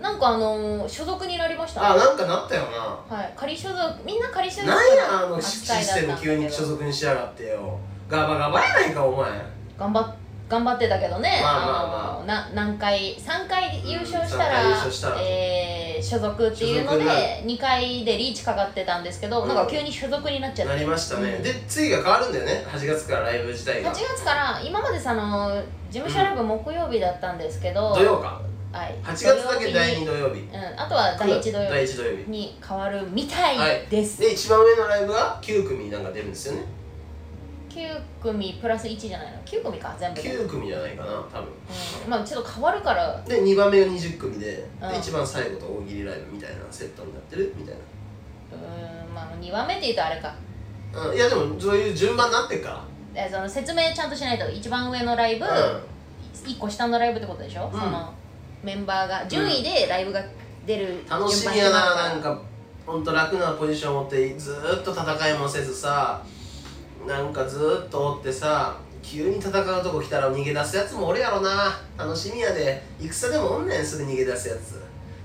Speaker 1: なんかあのー所属になりました
Speaker 2: なんかなったよな
Speaker 1: はい、仮所属みんな仮所属
Speaker 2: なんやあのシ
Speaker 1: 扱いだ
Speaker 2: ス
Speaker 1: ったん
Speaker 2: テ
Speaker 1: だ
Speaker 2: ム
Speaker 1: けど
Speaker 2: 急に所属にしやがってよガバガバやないかお前
Speaker 1: 頑張っ頑張ってたけどね、
Speaker 2: まあまあまあ
Speaker 1: のな何回3回優勝したら,、
Speaker 2: うん三回優勝したら
Speaker 1: えー所属っていう
Speaker 2: 所
Speaker 1: の
Speaker 2: 属にな
Speaker 1: で2回でリーチかかってたんですけど、
Speaker 2: うん
Speaker 1: なんか急に所属になっちゃって
Speaker 2: なりましたね、
Speaker 1: うん
Speaker 2: で次が変わるんだよね8月からライブ自体
Speaker 1: 8
Speaker 2: が
Speaker 1: 月から今までさあの事務所ライブ木曜日だったんですけど、
Speaker 2: 土曜か
Speaker 1: はい、
Speaker 2: 8月だけ第2
Speaker 1: 土
Speaker 2: 土曜
Speaker 1: 曜
Speaker 2: 日
Speaker 1: 日にうん、あとは第1土曜
Speaker 2: 第一土曜日
Speaker 1: 日に変わるみたいです、
Speaker 2: で一番上のライブが9組なんか出るんですよね
Speaker 1: 9組プラス1じゃないの9組か全部で、
Speaker 2: 9組じゃないかな多分
Speaker 1: うん、まあちょっと変わるから
Speaker 2: で2番目が20組でで
Speaker 1: うん
Speaker 2: 一番最後と大喜利ライブみたいなセットになってるみたいな
Speaker 1: うーんまあ2話目って言うとあれか
Speaker 2: うんいやでもそういう順番になってっか
Speaker 1: えその説明ちゃんとしないと一番上のライブ、
Speaker 2: ら
Speaker 1: 一1個下のライブってことでしょ、
Speaker 2: うん
Speaker 1: そのメンバーが順位でライブが出る順番
Speaker 2: 楽しみや
Speaker 1: に
Speaker 2: ななんかほんと楽なポジションを持ってずーっと戦いもせずさなんかずーっと追ってさ急に戦うとこ来たら逃げ出すやつもおるやろな楽しみやで戦でもおんねんすぐ逃げ出すやつ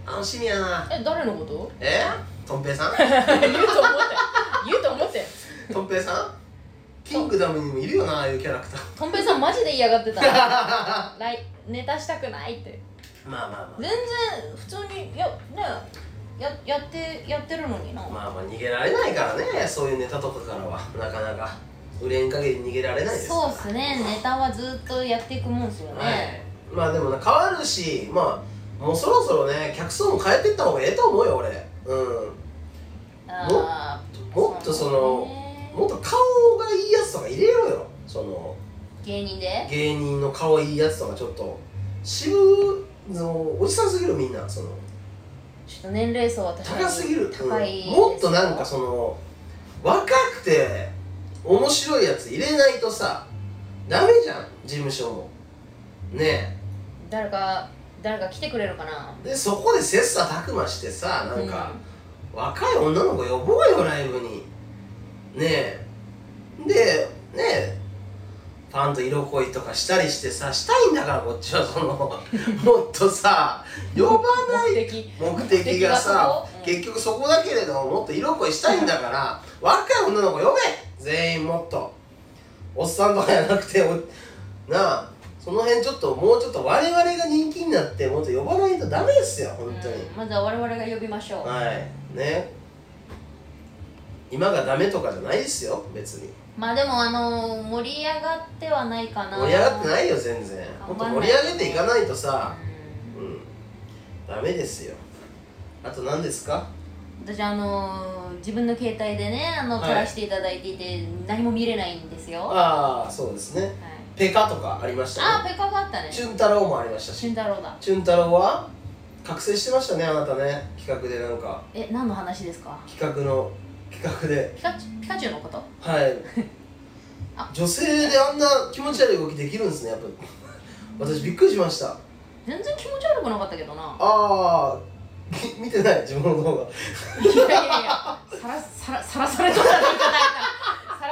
Speaker 2: 楽しみやな
Speaker 1: え誰のこと
Speaker 2: えとんぺい さん
Speaker 1: 言うと思って言うと思って
Speaker 2: とんぺいさんキングダムにもいるよなああいうキャラクター
Speaker 1: とんぺいさんマジで嫌がって たラ
Speaker 2: まあ
Speaker 1: イネタしたくないって
Speaker 2: まあまあ
Speaker 1: 全然普通にやねややってやってるのにな、
Speaker 2: まあまあ逃げられないからねそういうネタとかからはなかなか売れん限り逃げられないですから
Speaker 1: そうっすねネタはずっとやっていくもんっすよね、
Speaker 2: はい、まあでもな変わるしまあもうそろそろね客層も変えてった方がええと思うよ俺う
Speaker 1: あ
Speaker 2: んもっとその
Speaker 1: ね
Speaker 2: もっと顔がいいやつとか入れろよその
Speaker 1: 芸人で
Speaker 2: 芸人の可愛いやつとかちょっと渋のおじさんすぎるみんなその
Speaker 1: ちょっと年齢層は確かに
Speaker 2: 高すぎる
Speaker 1: 高いです
Speaker 2: う
Speaker 1: よ
Speaker 2: んもっとなんかその若くて面白いやつ入れないとさダメじゃん事務所もね
Speaker 1: 誰か誰か来てくれるかな
Speaker 2: えでそこで切磋琢磨してさなんか、若い女の子呼ぼうよライブにねえでねえファンと色恋とかしたりしてさしたいんだからこっちはその もっとさ呼ばない
Speaker 1: 目的
Speaker 2: 目的がさ
Speaker 1: 目的がそこうん
Speaker 2: 結局そこだけれどももっと色恋したいんだから若い女の子呼べ全員もっとおっさんとかじゃなくておなあその辺ちょっともうちょっと我々が人気になってもっと呼ばないとダメですよ本当に、
Speaker 1: うんまずは我々が呼びましょう、
Speaker 2: はいね今がダメとかじゃないですよ別に
Speaker 1: まあでもあの盛り上がってはないかな
Speaker 2: 盛り上がって
Speaker 1: い、
Speaker 2: ないよ全然も
Speaker 1: 頑張
Speaker 2: っと
Speaker 1: んない
Speaker 2: 盛り上げていかないとさ
Speaker 1: うん
Speaker 2: うんダメですよあと何ですか
Speaker 1: 私あの自分の携帯でねあの
Speaker 2: はい
Speaker 1: 撮らせていただいていて何も見れないんですよ、はい、
Speaker 2: ああそうですねペカとかありましたね
Speaker 1: あペカがあったね
Speaker 2: チュン太郎もありましたし
Speaker 1: 慎太郎だ
Speaker 2: チュン太郎は覚醒してましたねあなたね企画でなんか
Speaker 1: え何の話ですか
Speaker 2: 企画の企画で
Speaker 1: ピカチュピカチュウのこと
Speaker 2: はい
Speaker 1: あ
Speaker 2: 女性であんな気持ち悪い動きできるんですねやっぱ 私びっくりしました
Speaker 1: 全然気持ち悪くなかったけどな
Speaker 2: ああ 見てない自分の動画
Speaker 1: いやいやいやさらさらさらされとったの言い方あ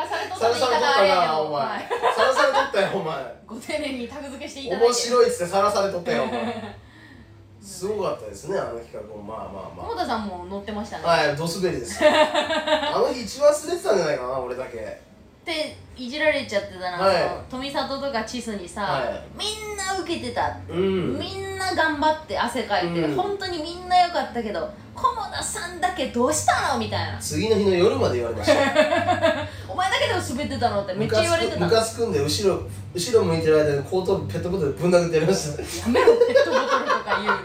Speaker 1: れかさらされとった
Speaker 2: さ
Speaker 1: の
Speaker 2: ら
Speaker 1: 言い
Speaker 2: されとっ
Speaker 1: 方あれ
Speaker 2: た
Speaker 1: やけ
Speaker 2: な
Speaker 1: ど
Speaker 2: お前
Speaker 1: はい
Speaker 2: さらされとったよお 前
Speaker 1: ご丁寧にタグ付けしていただいて
Speaker 2: 面白いっつってさらされとったよお前すごかったですねあの企画もまあまあま
Speaker 1: 菰田さんも乗ってましたね、
Speaker 2: あはいドスベリですよあの日一番滑ってたんじゃないかな俺だけ
Speaker 1: でいじられちゃってたな、
Speaker 2: はい
Speaker 1: あの富里とかチスにさ、
Speaker 2: はい
Speaker 1: みんな受けてた
Speaker 2: うん
Speaker 1: みんな頑張って汗かいて、
Speaker 2: うん
Speaker 1: 本当にみんな良かったけど菰田さんだけどうしたのみたいな
Speaker 2: 次の日の夜まで言われました
Speaker 1: お前だけでも滑ってたのって めっちゃ言われてた
Speaker 2: ムカつくムカつくんで後ろ後ろ向いてる間に後頭部ペットボトルぶん殴ってやりました
Speaker 1: やめろペットボトルとか言うの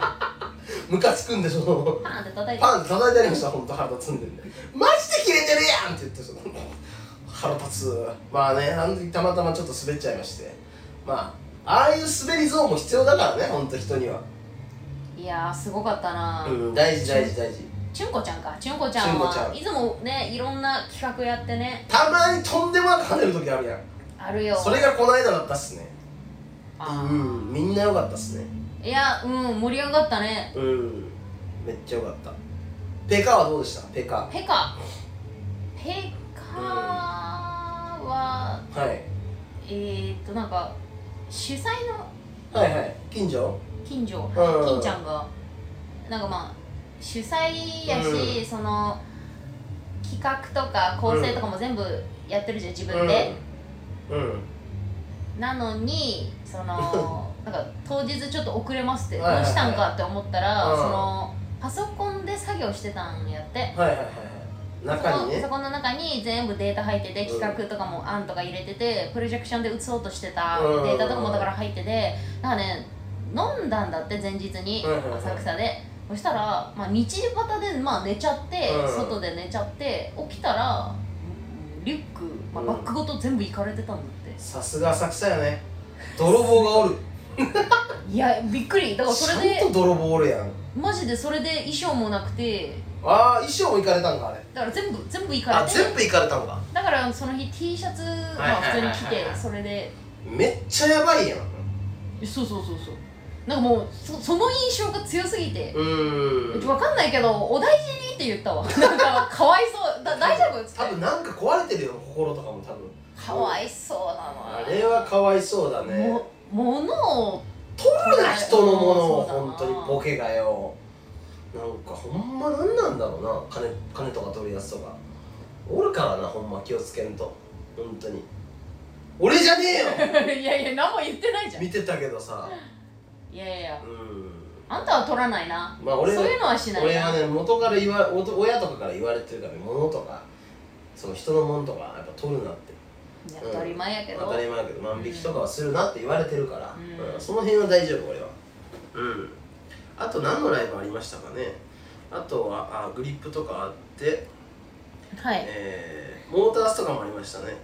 Speaker 2: ムカつくんでその
Speaker 1: パーンって叩いて
Speaker 2: パンって叩いてやりました本当腹立つんでマジでキレてるやんって言ってその腹立つまあねあの時たまたまちょっと滑っちゃいましてまあああいう滑りゾーンも必要だからね本当人にはい
Speaker 1: やーすごかったな、
Speaker 2: うん大事大事大事
Speaker 1: ちゅんこちゃんかちゅんこちゃん
Speaker 2: ちゅんこちゃ
Speaker 1: は
Speaker 2: ん
Speaker 1: いつもねいろんな企画やってね
Speaker 2: たまにとんでもなく跳ねる時あるやん
Speaker 1: あるよ
Speaker 2: それがこの間だったっすね
Speaker 1: あー
Speaker 2: うんみんな良かったっすね
Speaker 1: いやうん盛り上がったね
Speaker 2: うんめっちゃ良かったペカはどうでしたペカ
Speaker 1: ペカペカは、
Speaker 2: はい
Speaker 1: えー、っとなんか主催の
Speaker 2: はいはい近所
Speaker 1: 近所、
Speaker 2: うん
Speaker 1: 金ちゃんがなんかまあ主催やし、その企画とか構成とかも全部やってるじゃん自分で、
Speaker 2: うん、うん、
Speaker 1: なのにそ のなんか当日ちょっと遅れますってどう
Speaker 2: はいはいはい
Speaker 1: したんかって思ったら、
Speaker 2: うん
Speaker 1: そのパソコンで作業してたんやって
Speaker 2: はいはいはいはい
Speaker 1: そ
Speaker 2: 中
Speaker 1: の
Speaker 2: に
Speaker 1: パソ
Speaker 2: ね
Speaker 1: コンの中に全部データ入ってて
Speaker 2: うん
Speaker 1: 企画とかも案とか入れててプロジェクションで映そうとしてたデ
Speaker 2: うん
Speaker 1: ータとかもだから入っててだからね飲んだんだって前日に
Speaker 2: うんうんうん
Speaker 1: 浅草でそしたら、まあ、道端でまあ寝ちゃって
Speaker 2: うん
Speaker 1: 外で寝ちゃって起きたらリュック、まあ、
Speaker 2: うん
Speaker 1: バッグごと全部いかれてたんだって
Speaker 2: さすが浅草やね泥棒がおる
Speaker 1: いやびっくりだからそれ
Speaker 2: ちゃ
Speaker 1: で
Speaker 2: んと泥棒おるやん
Speaker 1: マジでそれで衣装もなくて
Speaker 2: ああ衣装も行かれたんかあれ
Speaker 1: だから全部全部いか
Speaker 2: あ
Speaker 1: れて
Speaker 2: 全部行かれたんか
Speaker 1: だからその日 T シャツまあ普通に着
Speaker 2: はいはいはい
Speaker 1: て
Speaker 2: はい
Speaker 1: それで。
Speaker 2: めっちゃやばいやん
Speaker 1: そうそうそうそうなんかもうそその印象が強すぎて、
Speaker 2: うーん
Speaker 1: わかんないけどお大事にって言ったわなんかかわいそうだ大丈夫っつって
Speaker 2: 多分なんか壊れてるよ心とかも多分
Speaker 1: かわいそうなの
Speaker 2: あれはかわいそうだね
Speaker 1: も物を
Speaker 2: 取るな人のものを
Speaker 1: そうだな
Speaker 2: 本当にボケがよなんかほんまなんなんだろうな金金とか取るやつとかおるからなほんま気をつけんと本当に俺じゃねえよ
Speaker 1: いやいや何も言ってないじゃんい
Speaker 2: 見てたけどさ
Speaker 1: やいや
Speaker 2: うん
Speaker 1: あんたは取らないな
Speaker 2: まあ
Speaker 1: そう
Speaker 2: 俺
Speaker 1: いうのはしない
Speaker 2: 俺
Speaker 1: な
Speaker 2: はね元から言わおと親とかから言われてるから物とかその人のもんとかやっぱ取るなって
Speaker 1: いや当たり前やけど、
Speaker 2: 当たり前だけど万引きとかはするなって言われてるから、
Speaker 1: うん
Speaker 2: うんその辺は大丈夫俺はうんあと何のライブありましたかねあとはあグリップとかあって、
Speaker 1: はい
Speaker 2: えーモータースとかもありましたね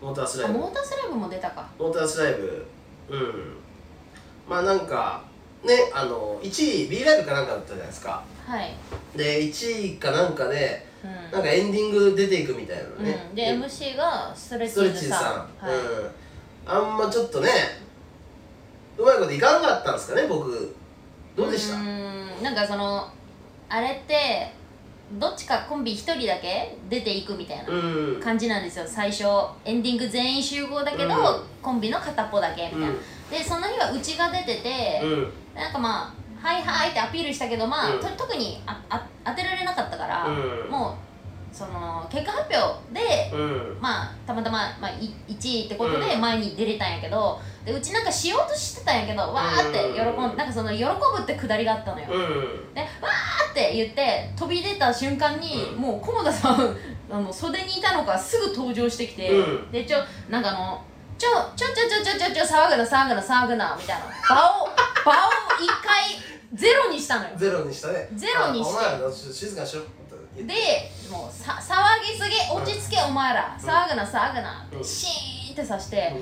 Speaker 2: モータースラ
Speaker 1: あ
Speaker 2: イブ
Speaker 1: モータースライブも出たか
Speaker 2: モータースライブうんまあなんかねあの1位 B ライブかなんかだったじゃないですか
Speaker 1: はい、
Speaker 2: で1位かなんかで
Speaker 1: うん
Speaker 2: なんかエンディング出ていくみたいなのね、
Speaker 1: うん、で MC がストレッ
Speaker 2: ストレ
Speaker 1: チ
Speaker 2: ッ
Speaker 1: ー
Speaker 2: チ
Speaker 1: ズ
Speaker 2: ー
Speaker 1: さん
Speaker 2: さん、
Speaker 1: はい
Speaker 2: うん、あんまちょっとねうまいこといかんかったんですかね僕どうでした
Speaker 1: ーんなんかそのあれってどっちかコンビ1人だけ出ていくみたいな
Speaker 2: うん
Speaker 1: 感じなんですよ最初エンディング全員集合だけど、
Speaker 2: うん
Speaker 1: コンビの片っぽだけみたいな、でその日はうちが出てて、
Speaker 2: うんうん
Speaker 1: なんかまあ「はいはい」ってアピールしたけどまあ、
Speaker 2: うん
Speaker 1: と特にああ当てられなかったから、
Speaker 2: うん
Speaker 1: もうその結果発表で
Speaker 2: うん
Speaker 1: まあたまたま、まあ、い1位ってことで
Speaker 2: うん
Speaker 1: 前に出れたんやけど、でうちなんかしようとしてたんやけどわーって喜ん
Speaker 2: うん
Speaker 1: なんかその喜ぶってくだりがあったのよ、
Speaker 2: うん
Speaker 1: でわーって言って飛び出た瞬間に、
Speaker 2: うん
Speaker 1: もう菰田さん あの袖にいたのかすぐ登場してきて、
Speaker 2: うん
Speaker 1: でちょなんかあのちょちょちょちょちょちょちょ騒ぐな騒ぐな騒ぐなみたいな 場を場を一回ゼロにしたのよ
Speaker 2: ゼロにしたね
Speaker 1: ゼロにして
Speaker 2: あお前らの静かにしろって言って
Speaker 1: でもうさ騒ぎすぎ落ち着けお前ら
Speaker 2: うん
Speaker 1: 騒ぐな騒ぐなって
Speaker 2: うん
Speaker 1: シーンってさして、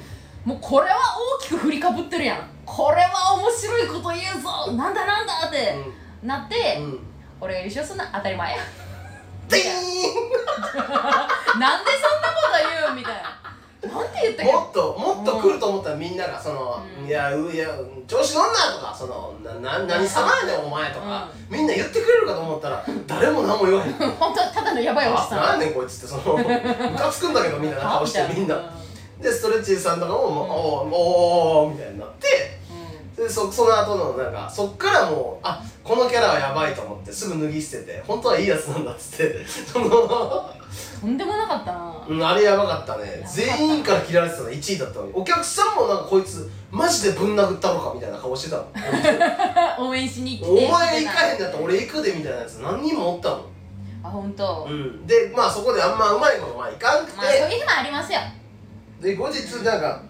Speaker 1: もうこれは大きく振りかぶってるやんこれは面白いこと言うぞなんだなんだってなって、
Speaker 2: うんうん
Speaker 1: 俺が優勝すんな当たり前や
Speaker 2: ディ
Speaker 1: なんでそんなこと言うんみたいな。なんて言った
Speaker 2: ー
Speaker 1: っ
Speaker 2: ン
Speaker 1: け
Speaker 2: もっともっと来ると思ったらみんながその「
Speaker 1: うん
Speaker 2: いやういや調子乗んな」とか「そのなな何様やねんお前」とか、みんな言ってくれるかと思ったら誰も何も言わへん
Speaker 1: 本当ただのやばいおじ
Speaker 2: あ
Speaker 1: さん。
Speaker 2: なんねんこいつってそ のムカつくんだけどみんな顔してみん
Speaker 1: うん
Speaker 2: なでストレッチーさんとかももう「おーおー」みたいになってでそその後のなんかそっからもうあこのキャラはやばいと思ってすぐ脱ぎ捨てて本当はいいやつなんだっつって その、
Speaker 1: とんでもなかったな。
Speaker 2: うん、あれやばかったね
Speaker 1: やばかった
Speaker 2: 全員から嫌われてたの1位だったのにお客さんもなんかこいつマジでぶん殴ったのかみたいな顔 してたの
Speaker 1: 応援しに来て。
Speaker 2: お前行
Speaker 1: み
Speaker 2: か
Speaker 1: た
Speaker 2: へ
Speaker 1: い
Speaker 2: ん
Speaker 1: な
Speaker 2: だったら俺行くでみたいなやつ何人もおったの、
Speaker 1: あ本当。
Speaker 2: うん、でまあそこであんまうまいことまあいかんくて、
Speaker 1: まあそういう日もありますよ。
Speaker 2: で後日なんか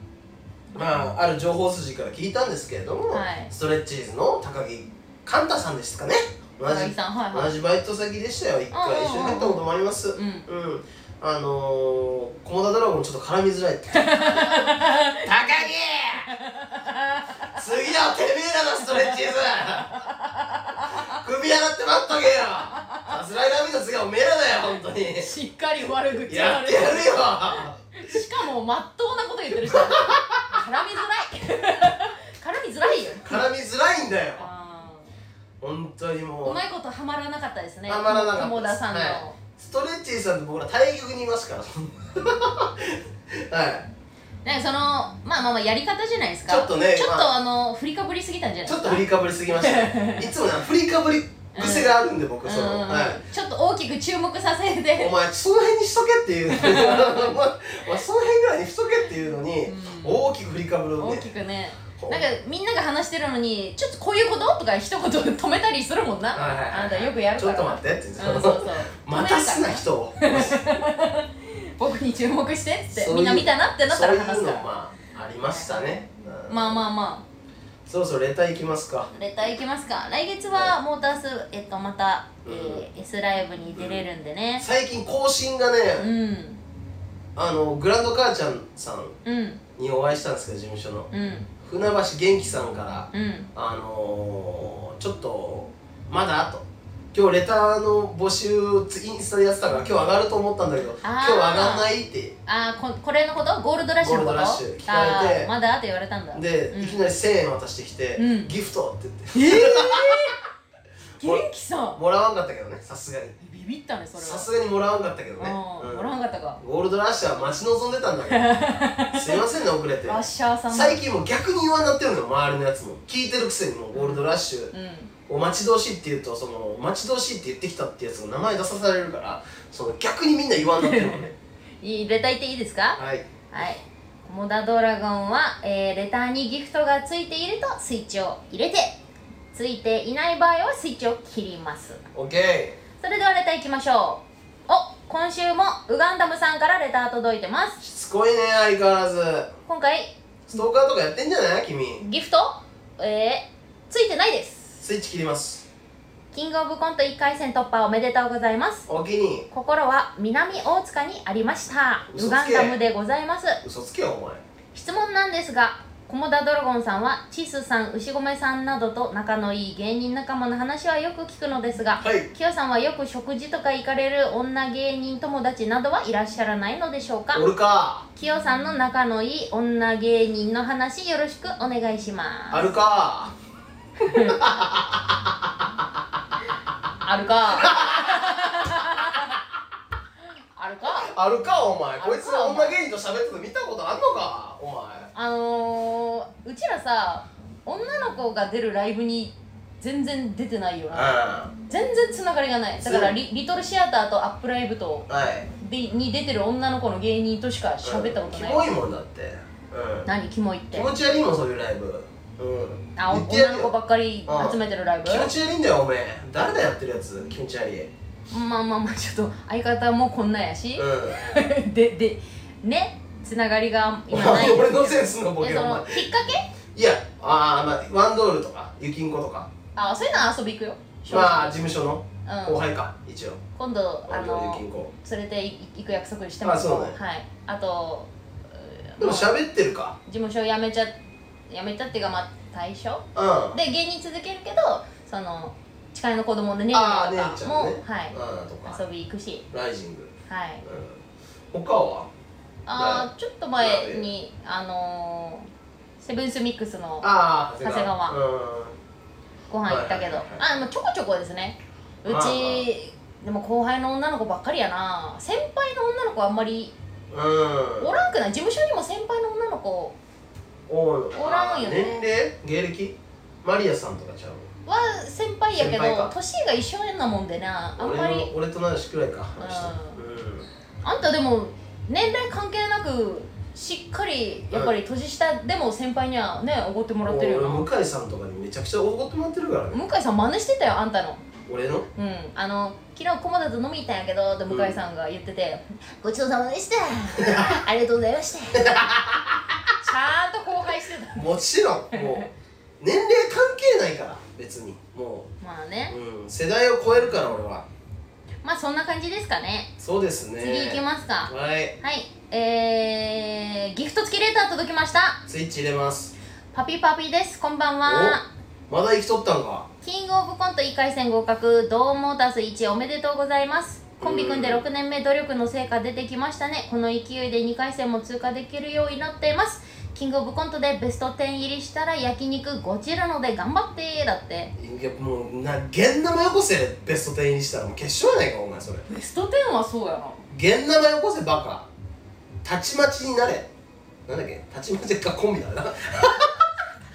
Speaker 2: まあある情報筋から聞いたんですけれども、
Speaker 1: はい
Speaker 2: ストレッチーズの高木寛太さんですかね同
Speaker 1: 高木
Speaker 2: じ
Speaker 1: さんはいは
Speaker 2: 同じバイト先でしたよ一回
Speaker 1: うんうんうん
Speaker 2: 一緒に入ったこともあります
Speaker 1: い。うん。
Speaker 2: うんあのー、駒田ドラゴンちょっと絡みづらいって高木次はてめえらのストレッチーズ首洗って待っとけよさすらいラビの次はおめえらだよ本当に
Speaker 1: しっかり悪口言
Speaker 2: や
Speaker 1: わ
Speaker 2: っ
Speaker 1: れ
Speaker 2: て
Speaker 1: て
Speaker 2: やるよ
Speaker 1: しかもまっとうなこと言ってる人絡みづらい絡みづらいよ
Speaker 2: 絡みづらいんだよ
Speaker 1: あ
Speaker 2: 本当に
Speaker 1: ー
Speaker 2: も
Speaker 1: う
Speaker 2: う
Speaker 1: まいことはまらなかったですね
Speaker 2: はまらなかったです
Speaker 1: 友田さんの、
Speaker 2: はストレッチーさんと僕ら対局にいますから はい
Speaker 1: ね、そのまあまあまあやり方じゃないですか
Speaker 2: ちょっとね
Speaker 1: ちょっと、
Speaker 2: ま
Speaker 1: あ、の振りかぶりすぎたんじゃない
Speaker 2: ち
Speaker 1: で
Speaker 2: ょっ
Speaker 1: す
Speaker 2: と
Speaker 1: か
Speaker 2: 振りかぶりすぎました ねいつもな振りかぶり癖があるんで僕そ
Speaker 1: う
Speaker 2: の、
Speaker 1: んうんうん
Speaker 2: はい
Speaker 1: ちょっと大きく注目させ
Speaker 2: お
Speaker 1: て
Speaker 2: 前その辺にしとけっていう お前お前その辺ぐらいにしとけっていうのに、
Speaker 1: うん
Speaker 2: 大きく振りかぶるん
Speaker 1: 大
Speaker 2: で
Speaker 1: きくね
Speaker 2: ほ
Speaker 1: なんかみんなが話してるのにちょっとこういうこととか一言止めたりするもんな、
Speaker 2: はいはいはい
Speaker 1: あなたよくやる
Speaker 2: ち
Speaker 1: か
Speaker 2: ょ
Speaker 1: ら
Speaker 2: っと待ってって言って
Speaker 1: うん、 そうそう
Speaker 2: またす
Speaker 1: 止めるか
Speaker 2: な
Speaker 1: ら
Speaker 2: 人を
Speaker 1: 僕に注目してっつっ
Speaker 2: そ
Speaker 1: て
Speaker 2: ういう
Speaker 1: みんな見たなってなった
Speaker 2: そう
Speaker 1: ら
Speaker 2: いう
Speaker 1: 話す
Speaker 2: の
Speaker 1: から
Speaker 2: まあありましたね、うん
Speaker 1: まあまあま
Speaker 2: そろそろレター行きますか
Speaker 1: あレターいきますか来月はモータース、えっとまた、えー S ライブに出れるんでね
Speaker 2: 最近更新がね、
Speaker 1: うん
Speaker 2: あのグランド母ちゃんさん
Speaker 1: うん
Speaker 2: にお会いしたんですけど事務所の
Speaker 1: うん
Speaker 2: 船橋元気さんから
Speaker 1: うん
Speaker 2: 「あのー、ちょっとまだ?」と「今日レターの募集つインスタでやってたから今日上がると思ったんだけど今
Speaker 1: あー
Speaker 2: 日上がんない?」って
Speaker 1: あーここれのことゴールドラッシュのこと
Speaker 2: ゴールドラッシュ聞か
Speaker 1: あ
Speaker 2: れて
Speaker 1: ーまだって言われたんだ
Speaker 2: で、
Speaker 1: うん
Speaker 2: いきなり1000円渡してきて「
Speaker 1: うん
Speaker 2: ギフト」って言って
Speaker 1: ええ ー、元気さん
Speaker 2: もらわんかったけどねさすがに
Speaker 1: ビビったねそれは
Speaker 2: さすがにもらわんかったけど
Speaker 1: う
Speaker 2: ね、
Speaker 1: ん、
Speaker 2: うん
Speaker 1: もらわなかったか
Speaker 2: ゴールドラッシュは待ち望んでたんだ けどすいませんね遅れて
Speaker 1: ラッシャーさん
Speaker 2: 最近もう逆に言わんなってるのよ周りのやつも聞いてるくせにもうゴールドラッシュ、
Speaker 1: うん
Speaker 2: お待ち遠しいって言うとその待ち遠しいって言ってきたってやつの名前出さされるからその逆にみんな言わんなってるの ね
Speaker 1: いいレター言っていいですか
Speaker 2: はい
Speaker 1: はいモダドラゴンは、えーレターにギフトがついているとスイッチを入れてついていない場合はスイッチを切ります
Speaker 2: OK
Speaker 1: それではレターいきましょうお今週もウガンダムさんからレター届いてます
Speaker 2: しつこいね相変わらず
Speaker 1: 今回
Speaker 2: ストーカーとかやってんじゃない君
Speaker 1: ギフトえー、ついてないです
Speaker 2: スイッチ切ります
Speaker 1: キングオブコント1回戦突破おめでとうございます
Speaker 2: おおきに
Speaker 1: 心は南大塚にありました
Speaker 2: 嘘つけ
Speaker 1: ウガンダムでございます
Speaker 2: 嘘つけよお前
Speaker 1: 質問なんですがコモダドラゴンさんはチスさん牛込さんなどと仲のいい芸人仲間の話はよく聞くのですが
Speaker 2: はい
Speaker 1: キヨさんはよく食事とか行かれる女芸人友達などはいらっしゃらないのでしょうか
Speaker 2: 俺か
Speaker 1: キヨさんの仲のいい女芸人の話よろしくお願いします
Speaker 2: あるか
Speaker 1: あるか あるか
Speaker 2: あるかお前
Speaker 1: あるか
Speaker 2: こいつ女芸人と喋ってて見たことあんのかお前
Speaker 1: あのー、うちらさ女の子が出るライブに全然出てないよな
Speaker 2: う
Speaker 1: 全然つながりがないだから
Speaker 2: そう
Speaker 1: リリトルシアターとアップライブと
Speaker 2: んはい
Speaker 1: でに出てる女の子の芸人としか喋ったことない、
Speaker 2: うんキモいもんだってうん
Speaker 1: 何キモいって
Speaker 2: 気持ち悪いもんそういうライブうん
Speaker 1: あお
Speaker 2: 言ってや
Speaker 1: 女
Speaker 2: る
Speaker 1: の
Speaker 2: よ
Speaker 1: 子ばっかり集めてるライブ
Speaker 2: 気持ち悪いんだよおめえ誰だやってるやつ気持ち悪いうん
Speaker 1: まあまあまあちょっと相方もこんなんやし、 ででねつながりが今ない
Speaker 2: 俺のセンスのボ
Speaker 1: え
Speaker 2: ケ
Speaker 1: そ
Speaker 2: お
Speaker 1: の
Speaker 2: 前
Speaker 1: きっかけ
Speaker 2: いやあーまあワンドールとかゆきんことか
Speaker 1: あそういうのは遊び行くよ
Speaker 2: まあ事務所
Speaker 1: う
Speaker 2: の後
Speaker 1: ん、
Speaker 2: 輩か一応
Speaker 1: 今度あ
Speaker 2: ワンドー
Speaker 1: の
Speaker 2: ルゆきんこ
Speaker 1: 連れて行く約束してます
Speaker 2: あそうね
Speaker 1: はいあとう
Speaker 2: でも
Speaker 1: もう事
Speaker 2: 喋ってるか
Speaker 1: 務所辞めちゃ辞めたっていうかまあ退所
Speaker 2: うんあ
Speaker 1: で芸人続けるけどその誓いの子供でね
Speaker 2: あ
Speaker 1: と
Speaker 2: ー姉ち
Speaker 1: か
Speaker 2: ゃん
Speaker 1: も、
Speaker 2: ね
Speaker 1: はい
Speaker 2: うんとか
Speaker 1: 遊び行くし
Speaker 2: ライジング
Speaker 1: はい
Speaker 2: うん他は
Speaker 1: ああちょっと前にあのーセブンスミックスの
Speaker 2: ああ
Speaker 1: 長谷川
Speaker 2: うん
Speaker 1: ご飯行ったけど、
Speaker 2: はいはい
Speaker 1: あでもちょこちょこですねうち、
Speaker 2: まあまあ
Speaker 1: でも後輩の女の子ばっかりやな先輩の女の子あんまり
Speaker 2: うん
Speaker 1: おらんくない事務所にも先輩の女の子
Speaker 2: お
Speaker 1: おらんよね
Speaker 2: 年齢芸歴マリアさんとかちゃう
Speaker 1: は先輩やけ
Speaker 2: 先輩か
Speaker 1: ど年が一緒やんなもんでなあんま
Speaker 2: 俺
Speaker 1: り
Speaker 2: の俺と同じくらいか
Speaker 1: うん
Speaker 2: あの人うん
Speaker 1: あんたでも年齢関係なくしっかりやっぱり年下でも先輩にはねおごってもらってるよな
Speaker 2: 俺向井さんとかにめちゃくちゃおごってもらってるからね
Speaker 1: 向井さん真似してたよあんたの
Speaker 2: 俺の
Speaker 1: うんあの昨日駒田と飲み行ったんやけどって向井さんが言ってて、ごちそうさまでした ありがとうございました ちゃんと後輩してた
Speaker 2: もちろんもう年齢関係ないから別にも
Speaker 1: まあね
Speaker 2: う、うん、世代を超えるから俺は
Speaker 1: まあそんな感じですかね
Speaker 2: そうですね
Speaker 1: 次行きますか
Speaker 2: はい
Speaker 1: はいえー、ギフト付きレター届きました
Speaker 2: スイッチ入れます
Speaker 1: パピパピですこんばんは
Speaker 2: まだ生きとったんか
Speaker 1: キングオブコント1回戦合格どうもたす1おめでとうございますコンビ組んで6年目努力の成果出てきましたねこの勢いで2回戦も通過できるようになっていますキングオブコントでベスト10入りしたら焼肉ゴチるので頑張ってだって
Speaker 2: いやもうな現生よこせベスト10にしたらもう決勝やないかお前それ
Speaker 1: ベスト10はそうやな
Speaker 2: 現生よこせバカたちまちになれなんだっけたちまちかコンビだな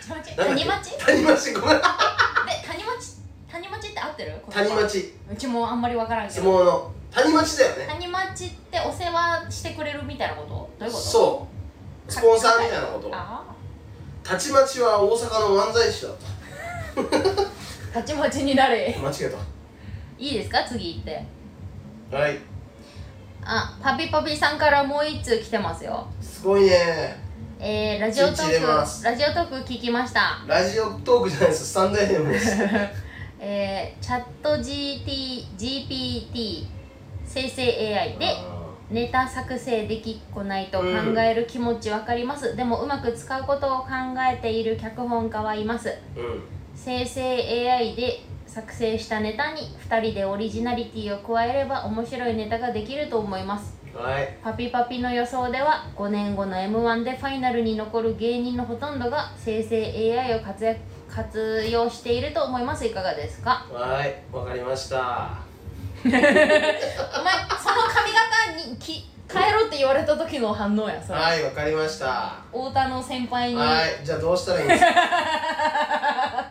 Speaker 1: 谷町
Speaker 2: なんだっ
Speaker 1: 谷
Speaker 2: け
Speaker 1: 町で
Speaker 2: 谷町ごめん
Speaker 1: 谷町谷町って合ってる
Speaker 2: 谷
Speaker 1: 言葉
Speaker 2: 町
Speaker 1: うちもあんまりわからんけ
Speaker 2: 相
Speaker 1: ど
Speaker 2: 撲の谷町だよね
Speaker 1: 谷町ってお世話してくれるみたいなことどういうことう
Speaker 2: そうスポンサーみたいなこと
Speaker 1: ああ
Speaker 2: たちまちは大阪の漫才師だと
Speaker 1: たちまちになれ
Speaker 2: 間違え
Speaker 1: いいですか次行って
Speaker 2: たはい
Speaker 1: あパピパピさんからもう1通来てますよ
Speaker 2: すごいね
Speaker 1: えー、ラジオト
Speaker 2: 一日
Speaker 1: ー
Speaker 2: 入れ
Speaker 1: ク
Speaker 2: ます
Speaker 1: ラジオトーク聞きました
Speaker 2: ラジオトークじゃないですスタンド FM です
Speaker 1: えー、チャット GT GPT 生成 AI でネタ作成できっこないと考える気持ちわかります、でもうまく使うことを考えている脚本家はいます
Speaker 2: うん
Speaker 1: 生成 AI で作成したネタに2人でオリジナリティを加えれば面白いネタができると思います
Speaker 2: はい
Speaker 1: パピパピの予想では5年後の m 1でファイナルに残る芸人のほとんどが生成 AI を活躍活用していると思いますいかがですか
Speaker 2: はいわかりました
Speaker 1: お前その髪型にき変えろって言われた時の反応やそれ、
Speaker 2: はいわかりました
Speaker 1: 太田の先輩に
Speaker 2: はい、じゃあどうしたらいいんで すか。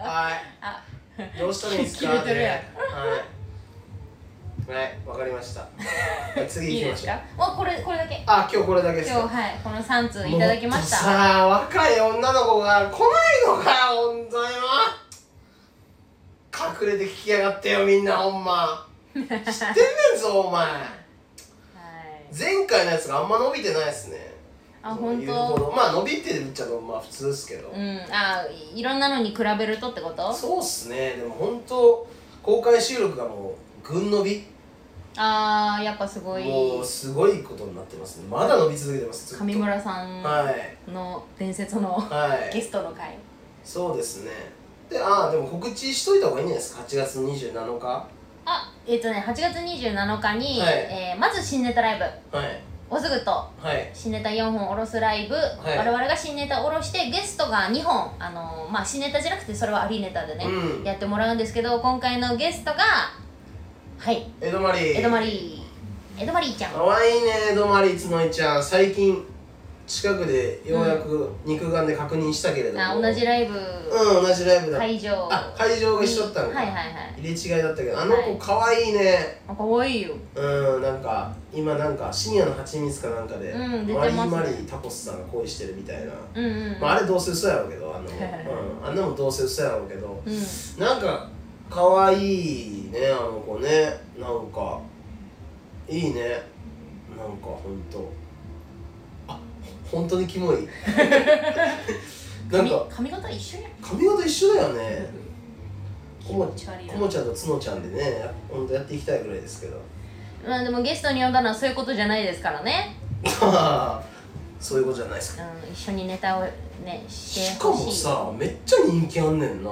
Speaker 2: はい。どうしたらいいんですか。
Speaker 1: 切れてるやん
Speaker 2: ねはい。はい、わかり ました。はい
Speaker 1: い
Speaker 2: 次
Speaker 1: い
Speaker 2: 行き
Speaker 1: で
Speaker 2: まし
Speaker 1: す
Speaker 2: ょう。
Speaker 1: かもうこれこれだけ
Speaker 2: あ、今日これだけです
Speaker 1: 今日
Speaker 2: か。
Speaker 1: はいこの3通いただきまし
Speaker 2: もったとさあ、若い女の子が来ないのかよ、本当にもう。隠れて聞きやがってよ、みんな、ほんま。知ってんねんぞ、お前。
Speaker 1: はい
Speaker 2: 前回のやつがあんま伸びてないですね。
Speaker 1: あ
Speaker 2: その
Speaker 1: 本
Speaker 2: 言うほ
Speaker 1: 当
Speaker 2: どまあ、伸びてるっちゃの、まあ、普通ですけど。
Speaker 1: うんあいろんなのに比べるとってこと
Speaker 2: そうっすねでも本当公開収録がもう群伸び
Speaker 1: あーやっぱすごい
Speaker 2: もうすごいことになってますねまだ伸び続けてますずっと
Speaker 1: 上村さん
Speaker 2: はい
Speaker 1: の伝説の
Speaker 2: は
Speaker 1: ゲ
Speaker 2: い
Speaker 1: ストの回
Speaker 2: そうですねでああでも告知しといた方がいいんじゃないですか8月27日は
Speaker 1: あえっ、とね8月27日に、
Speaker 2: はい
Speaker 1: えーまず新ネタライブ
Speaker 2: い
Speaker 1: おすぐと
Speaker 2: はい
Speaker 1: 新ネタ4本おろすライブ、
Speaker 2: い
Speaker 1: 我々が新ネタおろしてゲストが2本あのーまあ新ネタじゃなくてそれはアリーネタでね、
Speaker 2: うん
Speaker 1: やってもらうんですけど今回のゲストがはい
Speaker 2: 江戸マリー
Speaker 1: 江戸マリー江戸マリーちゃん
Speaker 2: かわいいね江戸マリーつのいちゃん最近近くでようやく肉眼で確認したけれども、
Speaker 1: あ同じライブ、
Speaker 2: うん同じライブだ
Speaker 1: 会場
Speaker 2: あ会場が一緒だったのか、
Speaker 1: はいはいはい
Speaker 2: 入れ違いだったけどあの
Speaker 1: は
Speaker 2: 子
Speaker 1: い
Speaker 2: かわいいね、
Speaker 1: あかわいいよ
Speaker 2: うんなんか今なんか深夜の蜂蜜かなんかで、
Speaker 1: うん出てま
Speaker 2: マリ
Speaker 1: すね
Speaker 2: ーマリータコスさんが恋してるみたいな、
Speaker 1: うんうん
Speaker 2: まあ、あれどうせ嘘やろうけどあ の、うん、あんなもんどうせ嘘やろうけど
Speaker 1: うん
Speaker 2: なんかかわいいねあの子ねなんかいいねなんかほんとあほ本当にキモい なん
Speaker 1: 髪
Speaker 2: か
Speaker 1: 髪型一緒やん
Speaker 2: 髪型一緒だよね
Speaker 1: 気
Speaker 2: こも
Speaker 1: 持ち悪い
Speaker 2: こも
Speaker 1: な
Speaker 2: ちゃんとつのちゃんでねほんとやっていきたいぐらいですけど
Speaker 1: まあでもゲストに呼んだのはそういうことじゃないですからね、
Speaker 2: そういうことじゃないですか
Speaker 1: うん、一緒にネタをねし
Speaker 2: してか
Speaker 1: ほ
Speaker 2: も
Speaker 1: しい
Speaker 2: さめっちゃ人気あんねんな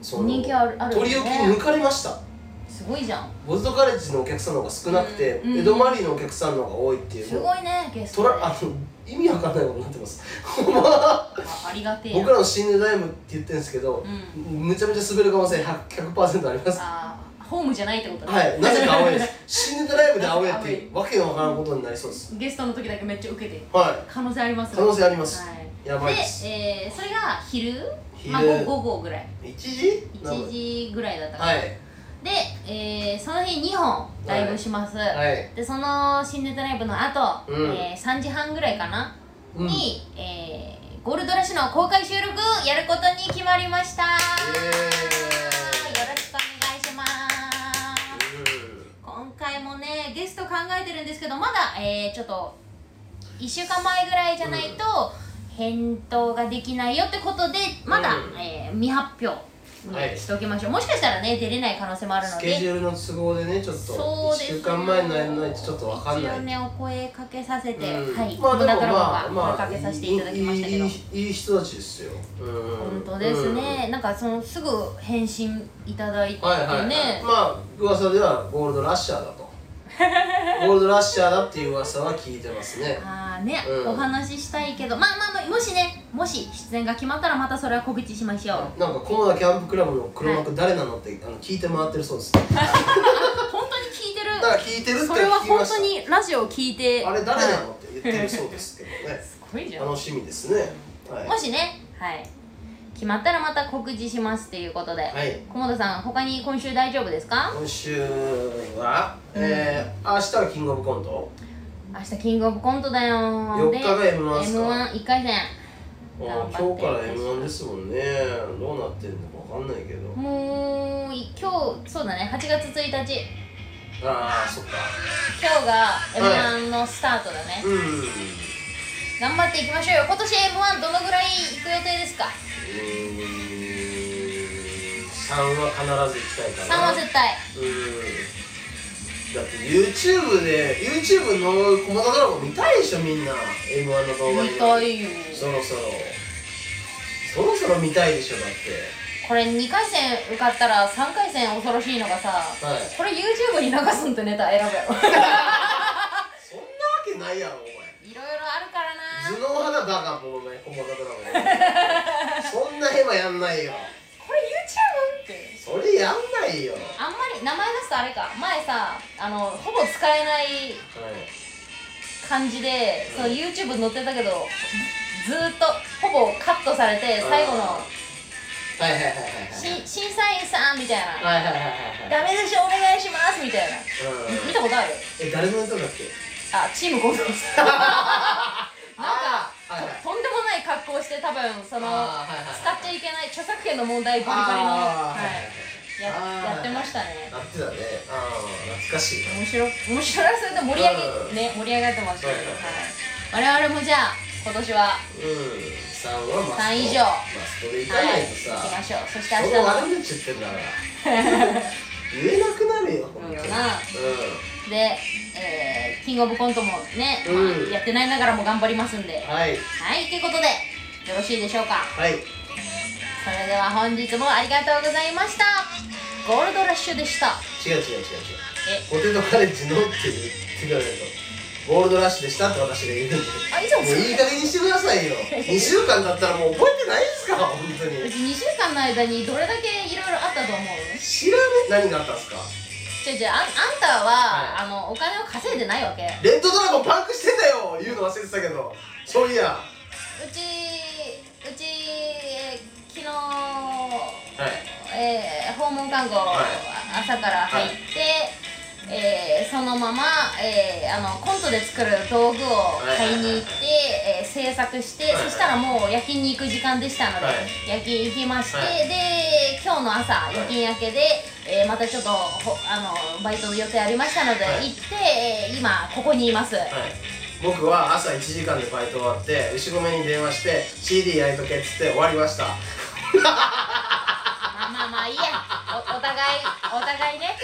Speaker 2: その
Speaker 1: 人気あるあるよ
Speaker 2: 取
Speaker 1: ね
Speaker 2: り置きに抜かれました
Speaker 1: すごいじゃん
Speaker 2: ボズドカレッジのお客さんの方が少なくて、
Speaker 1: うんうん
Speaker 2: 江戸マリーのお客さんの方が多いっていう
Speaker 1: すごいねゲスト
Speaker 2: ト
Speaker 1: ね
Speaker 2: ラあの意味わかんないことになってます ほんま
Speaker 1: あありがてえや
Speaker 2: 僕らの新ネタイムって言ってるんですけど
Speaker 1: う、ん
Speaker 2: めちゃめちゃ滑る可能性 100%, 100あります
Speaker 1: あーホームじゃないってことね
Speaker 2: はいなぜか青いです新ネタライブで青いっていうわけのわからんことになりそうで す
Speaker 1: ゲストの時だけめっちゃ受けてる
Speaker 2: は
Speaker 1: 可能性あります
Speaker 2: い
Speaker 1: ね
Speaker 2: 可能性あります、
Speaker 1: はい
Speaker 2: やばいです
Speaker 1: で、えー、それが昼
Speaker 2: 昼
Speaker 1: まあ、午午後ぐらい
Speaker 2: 1時なの
Speaker 1: 1時ぐらいだったかな、
Speaker 2: はい
Speaker 1: で、えー、その日2本ライブします、
Speaker 2: はい
Speaker 1: でその新ネタライブの後、
Speaker 2: うん
Speaker 1: えー、3時半ぐらいかな、
Speaker 2: うんイエ
Speaker 1: に、えー、ゴールドラッシュの公開収録をやることに決まりましたよろしくお願いします今回もねゲスト考えてるんですけどまだ、えー、ちょっと1週間前ぐらいじゃないと返答ができないよってことでまだ、
Speaker 2: うん
Speaker 1: えー未発表にしておきましょう、もしかしたらね出れない可能性もある
Speaker 2: ー
Speaker 1: の
Speaker 2: ス
Speaker 1: で
Speaker 2: ケジュールの都合でねちょっと
Speaker 1: そ
Speaker 2: 1
Speaker 1: うです
Speaker 2: 週間前にならないとちょっとわかんない
Speaker 1: 一応ねお声かけさせて、
Speaker 2: うん
Speaker 1: はい、
Speaker 2: まあでも
Speaker 1: だから
Speaker 2: まあ
Speaker 1: 僕は
Speaker 2: ま
Speaker 1: 声
Speaker 2: あ
Speaker 1: かけさせていただきましたけど、
Speaker 2: いいいい人たちですよ本
Speaker 1: 本当ですね、なんかそのすぐ返信いただいてね、
Speaker 2: はいはい、はいまあ噂ではゴールドラッシャー だとゴールドラッシャーだっていう噂は聞いてますね
Speaker 1: あーね、
Speaker 2: うん
Speaker 1: お話ししたいけどまあまあまあもしねもし出演が決まったらまたそれは告知しましょう
Speaker 2: なんかコモダキャンプクラブの黒幕誰なのって、あの聞いて回ってるそうですだか
Speaker 1: 本当に聞いてる
Speaker 2: ら聞いてるって
Speaker 1: それは
Speaker 2: 聞きま
Speaker 1: 本
Speaker 2: した
Speaker 1: 当にラジオを聞いて
Speaker 2: あれ誰な
Speaker 1: は
Speaker 2: のって言ってるそうですけど
Speaker 1: い
Speaker 2: ね
Speaker 1: すごいじゃんも
Speaker 2: 楽しみですねはい、
Speaker 1: しねはい決まったらまた告知しますということで、
Speaker 2: はい、
Speaker 1: 菰田さん他に今週大丈夫ですか
Speaker 2: 今週は、えー、明日はキングオブコント
Speaker 1: 明日キングオブコントだよ
Speaker 2: 4日が M1 っすか
Speaker 1: m 1回戦
Speaker 2: あ
Speaker 1: 頑張って
Speaker 2: ー今日から m 1ですもんねどうなってんのかわかんないけど
Speaker 1: もうい今日そうだね8月1日
Speaker 2: ああそっか
Speaker 1: 今日が m 1のスタートだね、
Speaker 2: うん
Speaker 1: 頑張っていきましょうよ今年 m 1どのぐらい行く予定ですか
Speaker 2: 3は必ず行きたい
Speaker 1: 3
Speaker 2: かな
Speaker 1: は絶対
Speaker 2: うんだって YouTube で YouTube の駒田ドラゴン見たいでしょみんな m 1の動画
Speaker 1: 見た
Speaker 2: い
Speaker 1: いよ
Speaker 2: そろそろそろそろ見たいでしょだっ
Speaker 1: これ2回戦受かったら3回戦恐ろしいのがさ
Speaker 2: てはい
Speaker 1: これ YouTube に流すんってネタ選べよ
Speaker 2: そんなわけないやろお前
Speaker 1: いろいろあるからな
Speaker 2: 頭脳肌バカもお前駒田ドラゴンそんなヘマやんないよ
Speaker 1: これ YouTube? って
Speaker 2: それやんないよ。は
Speaker 1: あんまり名前出すとあれか前さあのほぼ使えない
Speaker 2: い。
Speaker 1: 感じでその YouTube 載ってたけどずーっとほぼカットされて最後の
Speaker 2: はいはいは
Speaker 1: し
Speaker 2: い
Speaker 1: 審査員さんみたいな
Speaker 2: はい。はいはいはいはいはい。
Speaker 1: ダメ出しお願いしますみたいな見たことある
Speaker 2: うん。え、誰のネタだっけ
Speaker 1: あチームコントですと
Speaker 2: あーはいはい。
Speaker 1: んでもない格好して多分その
Speaker 2: あーはいはい
Speaker 1: 使っちゃいけない著作権の問題バリバリの、
Speaker 2: あ
Speaker 1: は
Speaker 2: ーはいはい
Speaker 1: い、や
Speaker 2: あー
Speaker 1: やってましたね
Speaker 2: やってたね。ああ、懐かしいな。
Speaker 1: 面白面白いそれで盛り上げ、
Speaker 2: うん
Speaker 1: ね盛り上がってましたけど、
Speaker 2: はい
Speaker 1: はい、我々もじゃあ今年は
Speaker 2: うん。3はマスト。
Speaker 1: 三以上
Speaker 2: マストでいかないとさ
Speaker 1: 行き。ましょうそして
Speaker 2: そ
Speaker 1: 明
Speaker 2: の
Speaker 1: 日の
Speaker 2: 悪口言ってんだから。言えなくなるよ
Speaker 1: 思うよな
Speaker 2: う
Speaker 1: で、えーキングオブコントもね、
Speaker 2: うん
Speaker 1: まあやってないながらも頑張りますんで
Speaker 2: んはい
Speaker 1: はいということでよろしいでしょうか
Speaker 2: はい
Speaker 1: それでは本日もありがとうございましたゴールドラッシュでした
Speaker 2: 違う違う違う違う
Speaker 1: え
Speaker 2: ポテトカレッジのって言ってくれないとゴールドラッシュでしたって私が言うんでも
Speaker 1: あいいじゃん
Speaker 2: ういい加減にしてくださいよ2週間だったらもう覚えてないんすか本当
Speaker 1: う
Speaker 2: に
Speaker 1: ち2週間の間にどれだけいろいろあったと思う
Speaker 2: 知らね何があったんすか
Speaker 1: じゃじゃあんあんたは、あのお金を稼いでないわけ
Speaker 2: レッドドラゴンパンクしてたよ言うの忘れてたけどそういやは
Speaker 1: うちうちえー昨日
Speaker 2: い
Speaker 1: えー訪問看護、
Speaker 2: はい
Speaker 1: 朝から入って、えーそのまま、えーあのコントで作る道具を買いに行って、えー制作して、
Speaker 2: はい
Speaker 1: そしたらもう夜勤に行く時間でしたので、
Speaker 2: はい
Speaker 1: 夜勤行きまして、
Speaker 2: はい
Speaker 1: で今日の朝夜勤明けで、えーまたちょっとほあのバイトの予定ありましたので、
Speaker 2: はい
Speaker 1: 行って、えー今ここにいます、
Speaker 2: はい僕は朝1時間でバイト終わって牛込めに電話して CD 焼いとけっつって終わりました
Speaker 1: まあまあまあいいやおお互いお互い ね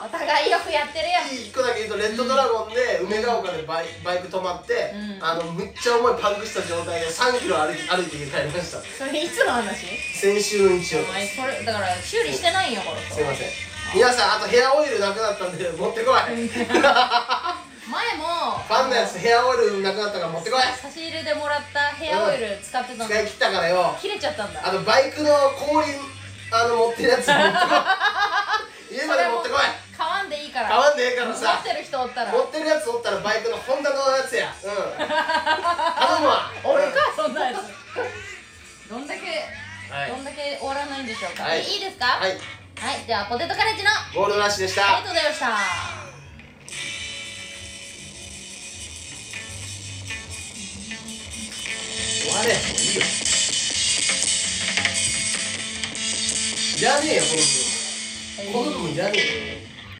Speaker 1: お互いよくやってるよ
Speaker 2: 1個だけ言うとレッドドラゴンで梅ヶ丘でバイバイク止まって、
Speaker 1: うん
Speaker 2: あのむっちゃ重いパンクした状態で3キロ歩い歩いて帰りました
Speaker 1: それいつの話
Speaker 2: 先週の日曜
Speaker 1: お前それだから修理してないんよこれ
Speaker 2: すいません皆さんあとヘアオイルなくなったんで持ってこいフ
Speaker 1: 前も
Speaker 2: ァンのやつヘアオイルなくなったから持ってこい
Speaker 1: 差し入れでもらったヘアオイル使ってたの
Speaker 2: 使い切ったからよ
Speaker 1: 切れちゃったんだ
Speaker 2: あのバイクの氷あの持ってるやつ持ってこい 家まで持ってこい
Speaker 1: 買わんでいいから
Speaker 2: 買わんでええから
Speaker 1: 持っ
Speaker 2: さ
Speaker 1: てる人おったら
Speaker 2: 持ってるやつおったらバイクのホンダのやつやうん頼むわ
Speaker 1: 俺かそんなやつどんだけ、
Speaker 2: はい
Speaker 1: どんだけ終わらないんでしょうか、
Speaker 2: はい
Speaker 1: い、いですか
Speaker 2: は
Speaker 1: はい、
Speaker 2: い
Speaker 1: じゃあポテトカレッジの
Speaker 2: ゴールドラッシュでした
Speaker 1: ありがとうございました
Speaker 2: 終われもういいよいらねえよこの部分この部分いらねえよ